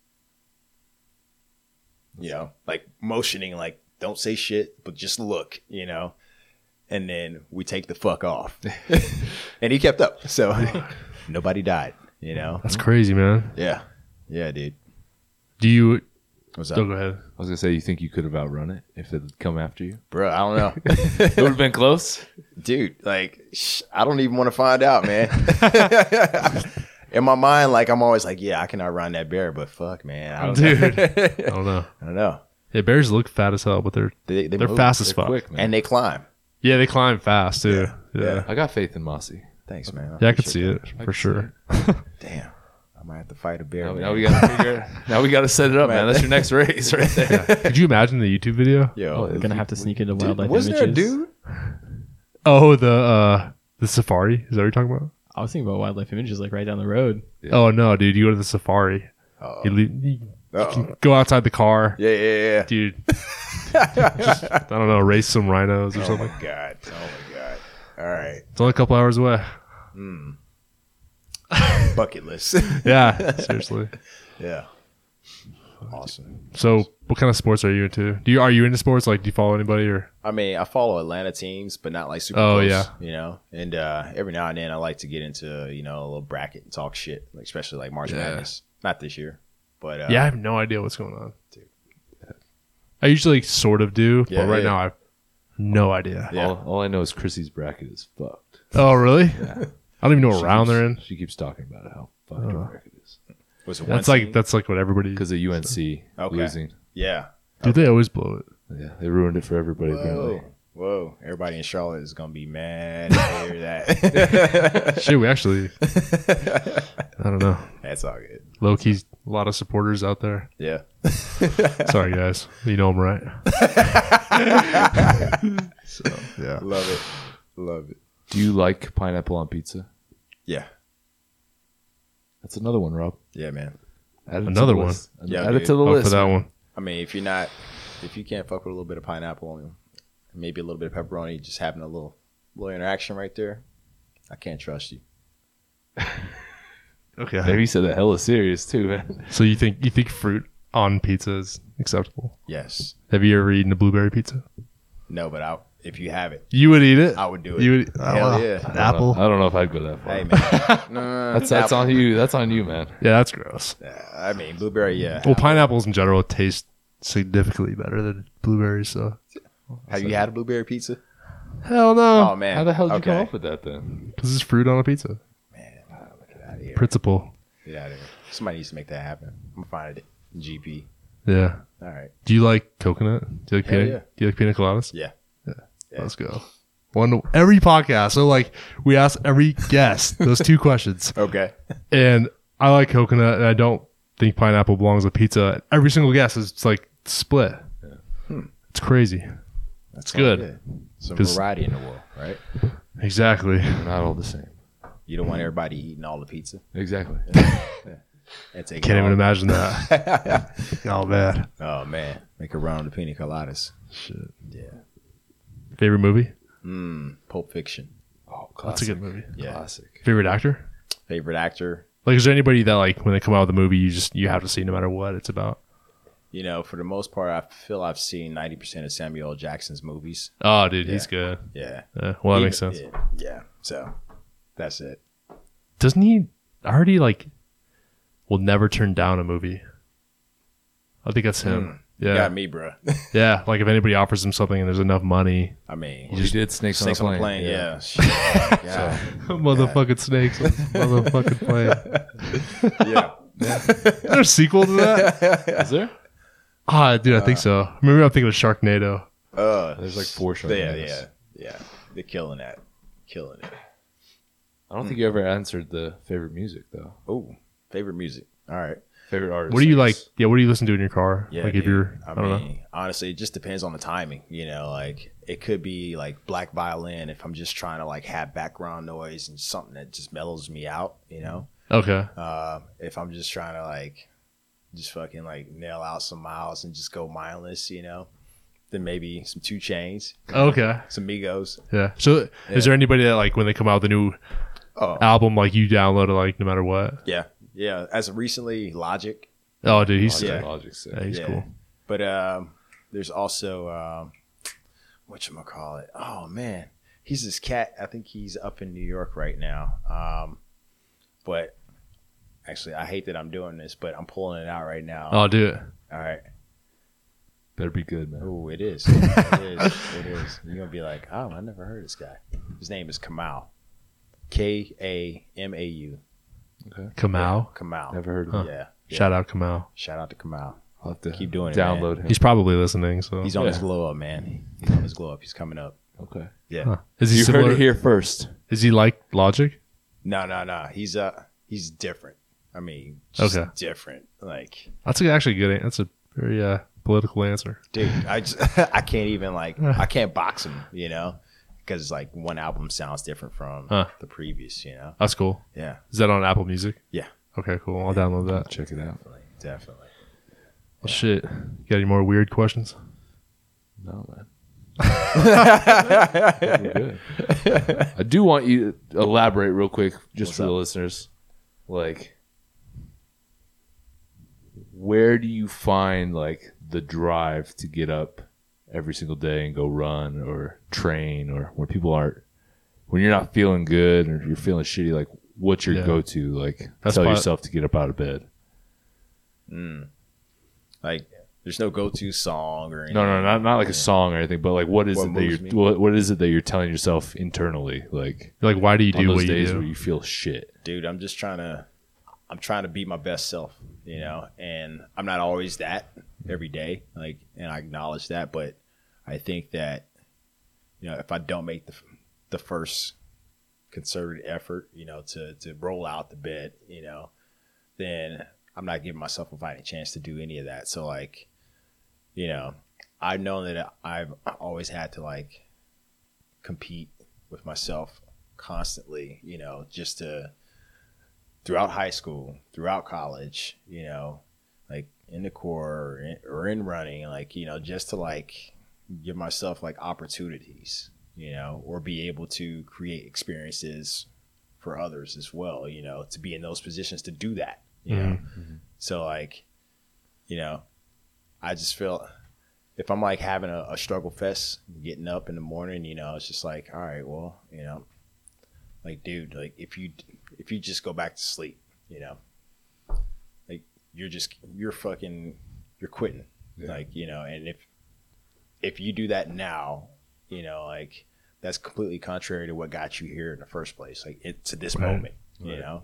S1: you know, like motioning, like don't say shit, but just look, you know. And then we take the fuck off, and he kept up, so nobody died, you know.
S3: That's crazy, man.
S1: Yeah, yeah, dude.
S3: Do you?
S1: What's
S3: Oh,
S1: up,
S3: go ahead.
S2: I was gonna say you think you could have outrun it if it had come after you.
S1: bro? I don't know.
S2: It would have been close.
S1: dude like sh- i don't even want to find out man in my mind like i'm always like yeah i can outrun that bear but fuck man i don't,
S3: Dude. I don't know.
S1: I don't know
S3: Yeah, bears look fat as hell, but they're
S1: they, they
S3: they're
S1: move.
S3: fast as
S2: They're
S3: fuck.
S2: quick, man.
S1: and they climb
S3: Yeah, they climb fast too.
S1: Yeah.
S3: Yeah, yeah,
S1: Yeah.
S2: I got faith in Mossy.
S1: thanks man
S3: I could see it
S2: I
S3: for
S2: could see
S3: sure.
S1: damn I might have to fight a bear.
S2: Now,
S1: man.
S2: now we gotta figure. now we gotta set it up, man. That's your next race right there.
S3: Could you imagine the YouTube video?
S1: Yo,
S2: Oh,
S4: We're gonna have to sneak into
S1: dude,
S4: wildlife
S1: was
S4: images.
S1: there a dude?
S3: Oh, the uh the safari. Is that what you're talking about?
S4: I was thinking about wildlife images like right down the road.
S2: Yeah.
S3: Oh no, dude, you go to the safari.
S1: Oh.
S3: You, leave, you
S1: Uh-oh.
S3: go outside the car,
S1: uh, Yeah, yeah,
S3: dude. Just, I don't know, race some rhinos or
S1: yeah. Oh
S3: something.
S1: my god. Oh my god. All right. Hmm.
S3: It's only a couple hours away.
S1: Bucket list.
S3: Yeah, seriously.
S1: yeah. Awesome.
S3: So, what kind of sports are you into? Do you are you into sports? Like, do you follow anybody or?
S1: I mean, I follow Atlanta teams, but not like super
S3: Oh,
S1: close,
S3: yeah.
S1: you know. And uh, every now and then, I like to get into you know a little bracket and talk shit, like, especially like March
S3: Yeah.
S1: Madness. Not this year, but uh,
S3: Yeah, I have no idea what's going on. I usually sort of do,
S1: Yeah,
S3: but right
S1: yeah.
S3: now I have no idea.
S1: Yeah.
S2: All, all I know is Chrissy's bracket is fucked.
S3: Oh, really? I don't even know what
S2: She
S3: round
S2: keeps-
S3: they're in.
S2: She keeps talking about how fucked her bracket is
S1: was it
S3: That's
S1: one
S3: like
S1: seed?
S3: that's like what everybody.
S2: because of UNC
S1: Okay.
S2: losing.
S1: yeah.
S3: Dude, they always blow it.
S2: Yeah, they ruined it for everybody. Apparently.
S1: Whoa, whoa! Everybody in Charlotte is gonna be mad to hear that.
S3: Shit, we actually. I don't know.
S1: That's all good.
S3: Low key, a lot of supporters out there.
S1: Yeah.
S3: Sorry, guys. You know I'm right. so yeah,
S1: Love it. Love it.
S2: Do you like pineapple on pizza?
S1: Yeah.
S2: That's another one, Rob.
S1: Yeah, man.
S2: Add it to
S3: Another
S2: the
S3: one.
S2: list. Add-
S1: Yeah,
S2: add it
S1: dude.
S2: to the
S3: Up
S2: list.
S3: for that one.
S1: I mean, if you're not, if you can't fuck with a little bit of pineapple on maybe a little bit of pepperoni, just having a little little interaction right there, I can't trust you.
S3: Okay.
S2: Maybe you said that hella serious too, man.
S3: So you think you think fruit on pizza is acceptable?
S1: Yes.
S3: Have you ever eaten a blueberry pizza?
S1: No, but I, if you have it,
S3: You would eat it.
S1: I would do it.
S3: You would.
S1: Hell yeah.
S3: An
S1: Uh-huh.
S2: I don't know-
S3: apple.
S2: I don't know if I'd go that far.
S1: Hey, man. No, no, no,
S2: that's that's
S1: apple.
S2: on you. That's on you, man.
S3: Yeah, that's gross.
S1: Uh, I mean, blueberry, yeah.
S3: Well, pineapples in general taste significantly better than blueberries. So
S1: have you had a blueberry pizza?
S3: hell no.
S1: Oh, man.
S2: How the hell did you
S1: Okay.
S2: come up with that then?
S3: This is fruit on a pizza.
S1: Get out of here.
S3: Principle.
S1: Get out of here. Somebody needs to make that happen. I'm going to find it. GP.
S3: Yeah.
S1: All right.
S3: Do you like coconut? Do you like
S1: Hell
S3: pina?
S1: yeah.
S3: Do you like pina coladas?
S1: Yeah. Yeah.
S3: Let's go. One every podcast. So like we ask every guest those two questions,
S1: Okay.
S3: and I like coconut, and I don't think pineapple belongs with pizza. Every single guest is it's like split. It's crazy.
S1: Hmm. That's
S3: It's good.
S1: Some
S3: 'Cause-
S1: variety in the world, right?
S3: Exactly.
S2: We're not all the same.
S1: You don't want everybody eating all the pizza
S2: Exactly.
S1: and taking
S3: Can't
S1: all
S3: even imagine that. oh man.
S1: Oh man, make a run on the pina coladas.
S3: Shit.
S1: Yeah.
S3: Favorite movie?
S1: Mm, Pulp Fiction.
S2: Oh, classic.
S3: That's a good movie.
S1: Yeah.
S2: Classic.
S3: Favorite actor?
S1: Favorite actor.
S3: Like, is there anybody that like when they come out with a movie, you just you have to see no matter what it's about?
S1: You know, for the most part, I feel I've seen ninety percent of Samuel L. Jackson's movies.
S3: Oh, dude,
S1: he's
S3: he's good.
S1: Yeah.
S3: well, that
S1: Even-
S3: makes sense.
S1: Yeah, yeah. So that's it.
S3: Doesn't he already like? Will never turn down a movie. I think that's him.
S1: You
S3: Yeah,
S1: Mm. got me, bro.
S3: yeah. Like if anybody offers him something and there's enough money,
S1: I mean,
S2: You just did snakes,
S1: snakes
S2: on a plane.
S1: Yeah. Shit. yeah.
S3: motherfucking snakes, on this motherfucking plane.
S1: yeah.
S3: Is there a sequel to that?
S2: Is there?
S3: Ah, dude, I think so. Maybe I'm thinking of Sharknado.
S1: Uh,
S2: There's like four shows.
S1: yeah, yeah, yeah. They're killing that. Killing it.
S2: I don't think you ever answered the favorite music though.
S1: Oh, favorite music. All right.
S2: Favorite artist.
S3: What do you
S2: I
S3: like?
S2: guess.
S3: Yeah, what do you listen to in your car? like if
S1: dude.
S3: you're, I,
S1: I,
S3: don't
S1: mean, honestly, it just depends on the timing. You know, like it could be like black violin if I'm just trying to like have background noise and something that just mellows me out. You know,
S3: know. Okay,
S1: uh, if I'm just trying to like just fucking like nail out some miles and just go mindless. You know, then maybe some two chains,
S3: okay,
S1: some Migos.
S3: yeah. So,
S1: Yeah.
S3: is there anybody that like when they come out with a new
S1: Oh,
S3: album, like you download it, like no matter what?
S1: yeah, yeah. As of recently, Logic.
S3: Oh, dude, he's
S2: Logic,
S1: Yeah.
S2: Logic sick.
S3: yeah, he's
S1: Yeah.
S3: cool.
S1: But um, there's also um, what you call it? Oh man, he's this cat. I think he's up in New York right now. Um, but actually, I hate that I'm doing this, but I'm pulling it out right now.
S3: Oh, dude,
S1: All right.
S2: Better be good, man.
S1: Oh, it is. It is. It is. You're gonna be like, oh, I never heard this guy. His name is Kamau. K A M A U.
S3: Kamau.
S1: Kamau.
S2: Never heard of
S3: Huh.
S2: him.
S1: Yeah. yeah.
S3: Shout out Kamau.
S1: Shout out to Kamau.
S2: I'll have to
S1: Keep doing it, man.
S2: download him.
S3: He's probably listening. So
S1: He's on his
S2: Yeah.
S1: glow up, man. He's on his glow up. He's coming up.
S2: Okay.
S1: Yeah.
S3: Huh. Is he
S2: You
S3: similar?
S2: heard it here first.
S3: Is he like Logic?
S1: No, no, no. He's uh he's different. I mean, just
S3: Okay.
S1: different. Like,
S3: That's a- actually a good. an- That's a very uh, political answer.
S1: dude, I just I can't even like I can't box them, you know, because like one album sounds different from
S3: Huh.
S1: the previous, you know.
S3: That's cool.
S1: Yeah,
S3: Is that on Apple Music?
S1: Yeah.
S3: Okay, cool. I'll download that.
S2: Check it out.
S1: definitely, definitely.
S3: Well, shit. You got any more weird questions?
S2: No, man. We're good. I do want you to elaborate real quick, just
S1: What's
S2: for the
S1: up?
S2: listeners. Like, where do you find like the drive to get up every single day and go run or train or when people aren't when you're not feeling good or you're feeling shitty? Like, what's your
S3: Yeah.
S2: go-to? Like,
S3: That's
S2: tell
S3: probably-
S2: yourself to get up out of bed.
S1: Mm. Like, there's no go-to song or anything.
S2: No, no, not not like a song or anything, but like, what is
S1: What
S2: it that
S1: moves
S2: you're
S1: me?
S2: what, what is it that you're telling yourself internally? Like,
S3: Like, why do you
S2: on
S3: do
S2: those
S3: what you
S2: days
S3: do?
S2: where you feel shit.
S1: dude. I'm just trying to, I'm trying to be my best self, you know. And I'm not always that every day, like, and I acknowledge that. But I think that, you know, if I don't make the the first concerted effort, you know, to to roll out the bed, you know, then I'm not giving myself a fighting chance to do any of that. So like, you know, I've known that I've always had to like compete with myself constantly, you know, just to throughout high school, throughout college, you know, like in the core or in, or in running, like, you know, just to like give myself like opportunities, you know, or be able to create experiences for others as well, you know, to be in those positions to do that, you know. So like, you know, I just feel if I'm like having a, a struggle fest, getting up in the morning, you know, it's just like, all right, well, you know, like dude, like if you if you just go back to sleep, you know, like you're just you're fucking you're quitting, like you know, and if if you do that now, you know, like that's completely contrary to what got you here in the first place, like it to this
S3: Right.
S1: moment, you know.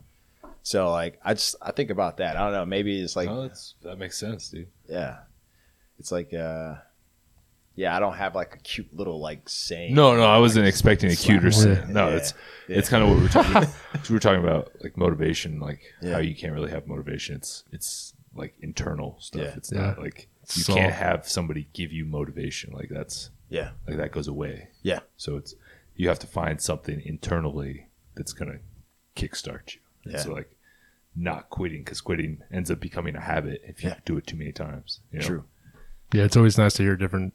S1: So like I just I think about that. I don't know. Maybe it's like
S2: that makes sense, dude.
S1: yeah. It's like uh yeah, I don't have like a cute little like saying.
S2: No, no, I wasn't expecting a cuter.
S3: Yeah.
S2: No,
S1: Yeah.
S2: it's
S1: Yeah.
S2: it's kind of what we we're talking. about. we were talking about like motivation, like
S1: Yeah.
S2: how you can't really have motivation. It's it's like internal stuff.
S1: Yeah.
S2: It's
S3: Yeah.
S2: not like you
S3: So-
S2: can't have somebody give you motivation. Like that's
S1: Yeah.
S2: like that goes away.
S1: Yeah.
S2: So it's you have to find something internally that's gonna kickstart you. And
S1: Yeah.
S2: So like not quitting because quitting ends up becoming a habit if you
S1: Yeah.
S2: do it too many times. you know?
S1: True.
S3: Yeah, it's always nice to hear different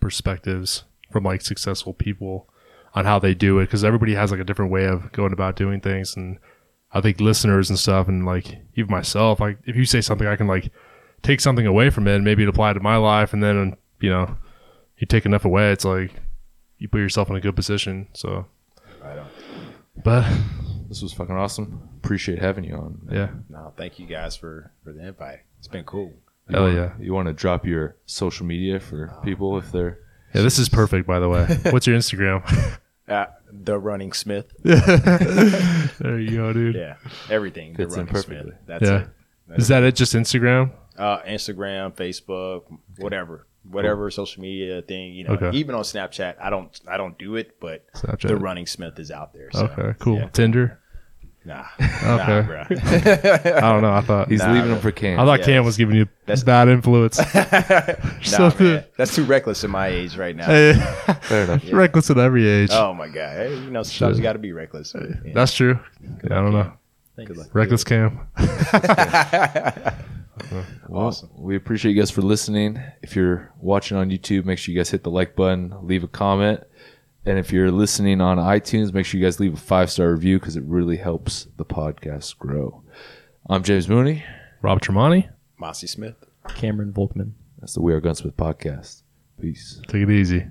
S3: perspectives from like successful people on how they do it because everybody has like a different way of going about doing things. And I think listeners and stuff, and like even myself, like if you say something, I can like take something away from it and maybe it apply to my life. And then, you know, you take enough away, it's like you put yourself in a good position. So,
S1: Right on.
S3: but
S2: This was fucking awesome. Appreciate having you on.
S3: yeah,
S1: No, thank you guys for for the invite. It's been cool.
S2: You
S3: Hell
S2: wanna-
S3: yeah.
S2: You want to drop your social media for
S1: Oh,
S2: people if they're
S3: yeah, this is perfect, by the way. What's your Instagram?
S1: Uh, the running Smith.
S3: there you go, dude.
S1: Yeah. Everything.
S2: Fits
S1: the
S2: in
S1: running
S2: perfectly.
S1: Smith. That's
S3: Yeah.
S1: it.
S3: Is that it? Just Instagram?
S1: Uh, Instagram, Facebook, whatever. Whatever social media thing, you know,
S3: Okay.
S1: even on Snapchat, I don't I don't do it, but
S3: Snapchat.
S1: the running Smith is out there. So
S3: Okay, cool.
S1: yeah.
S3: Tinder.
S1: Nah.
S3: Okay.
S1: Nah, bruh.
S3: I don't know. I thought
S2: he's
S1: Nah,
S2: leaving
S1: but-
S2: them for
S3: I
S2: Cam.
S3: thought
S1: Yeah,
S3: Cam
S1: that's-
S3: was giving you
S1: that's-
S3: bad influence.
S1: nah
S3: Something-
S1: man. That's too reckless in my age right now.
S3: Hey,
S2: Fair enough.
S3: Reckless at every age.
S1: Oh my god! Hey, you know, sometimes you got to be reckless. Yeah.
S3: That's true. Yeah, I don't know.
S4: Thanks.
S1: Good luck.
S3: Reckless Cam.
S2: Well,
S1: Awesome.
S2: We appreciate you guys for listening. If you're watching on YouTube, make sure you guys hit the like button, leave a comment, and if you're listening on iTunes, make sure you guys leave a five star review because it really helps the podcast grow. I'm James Mooney.
S3: Rob Tremonti.
S1: Mossy Smith.
S4: Cameron Volkman.
S2: That's the We Are Gunsmith podcast. Peace.
S3: Take it easy.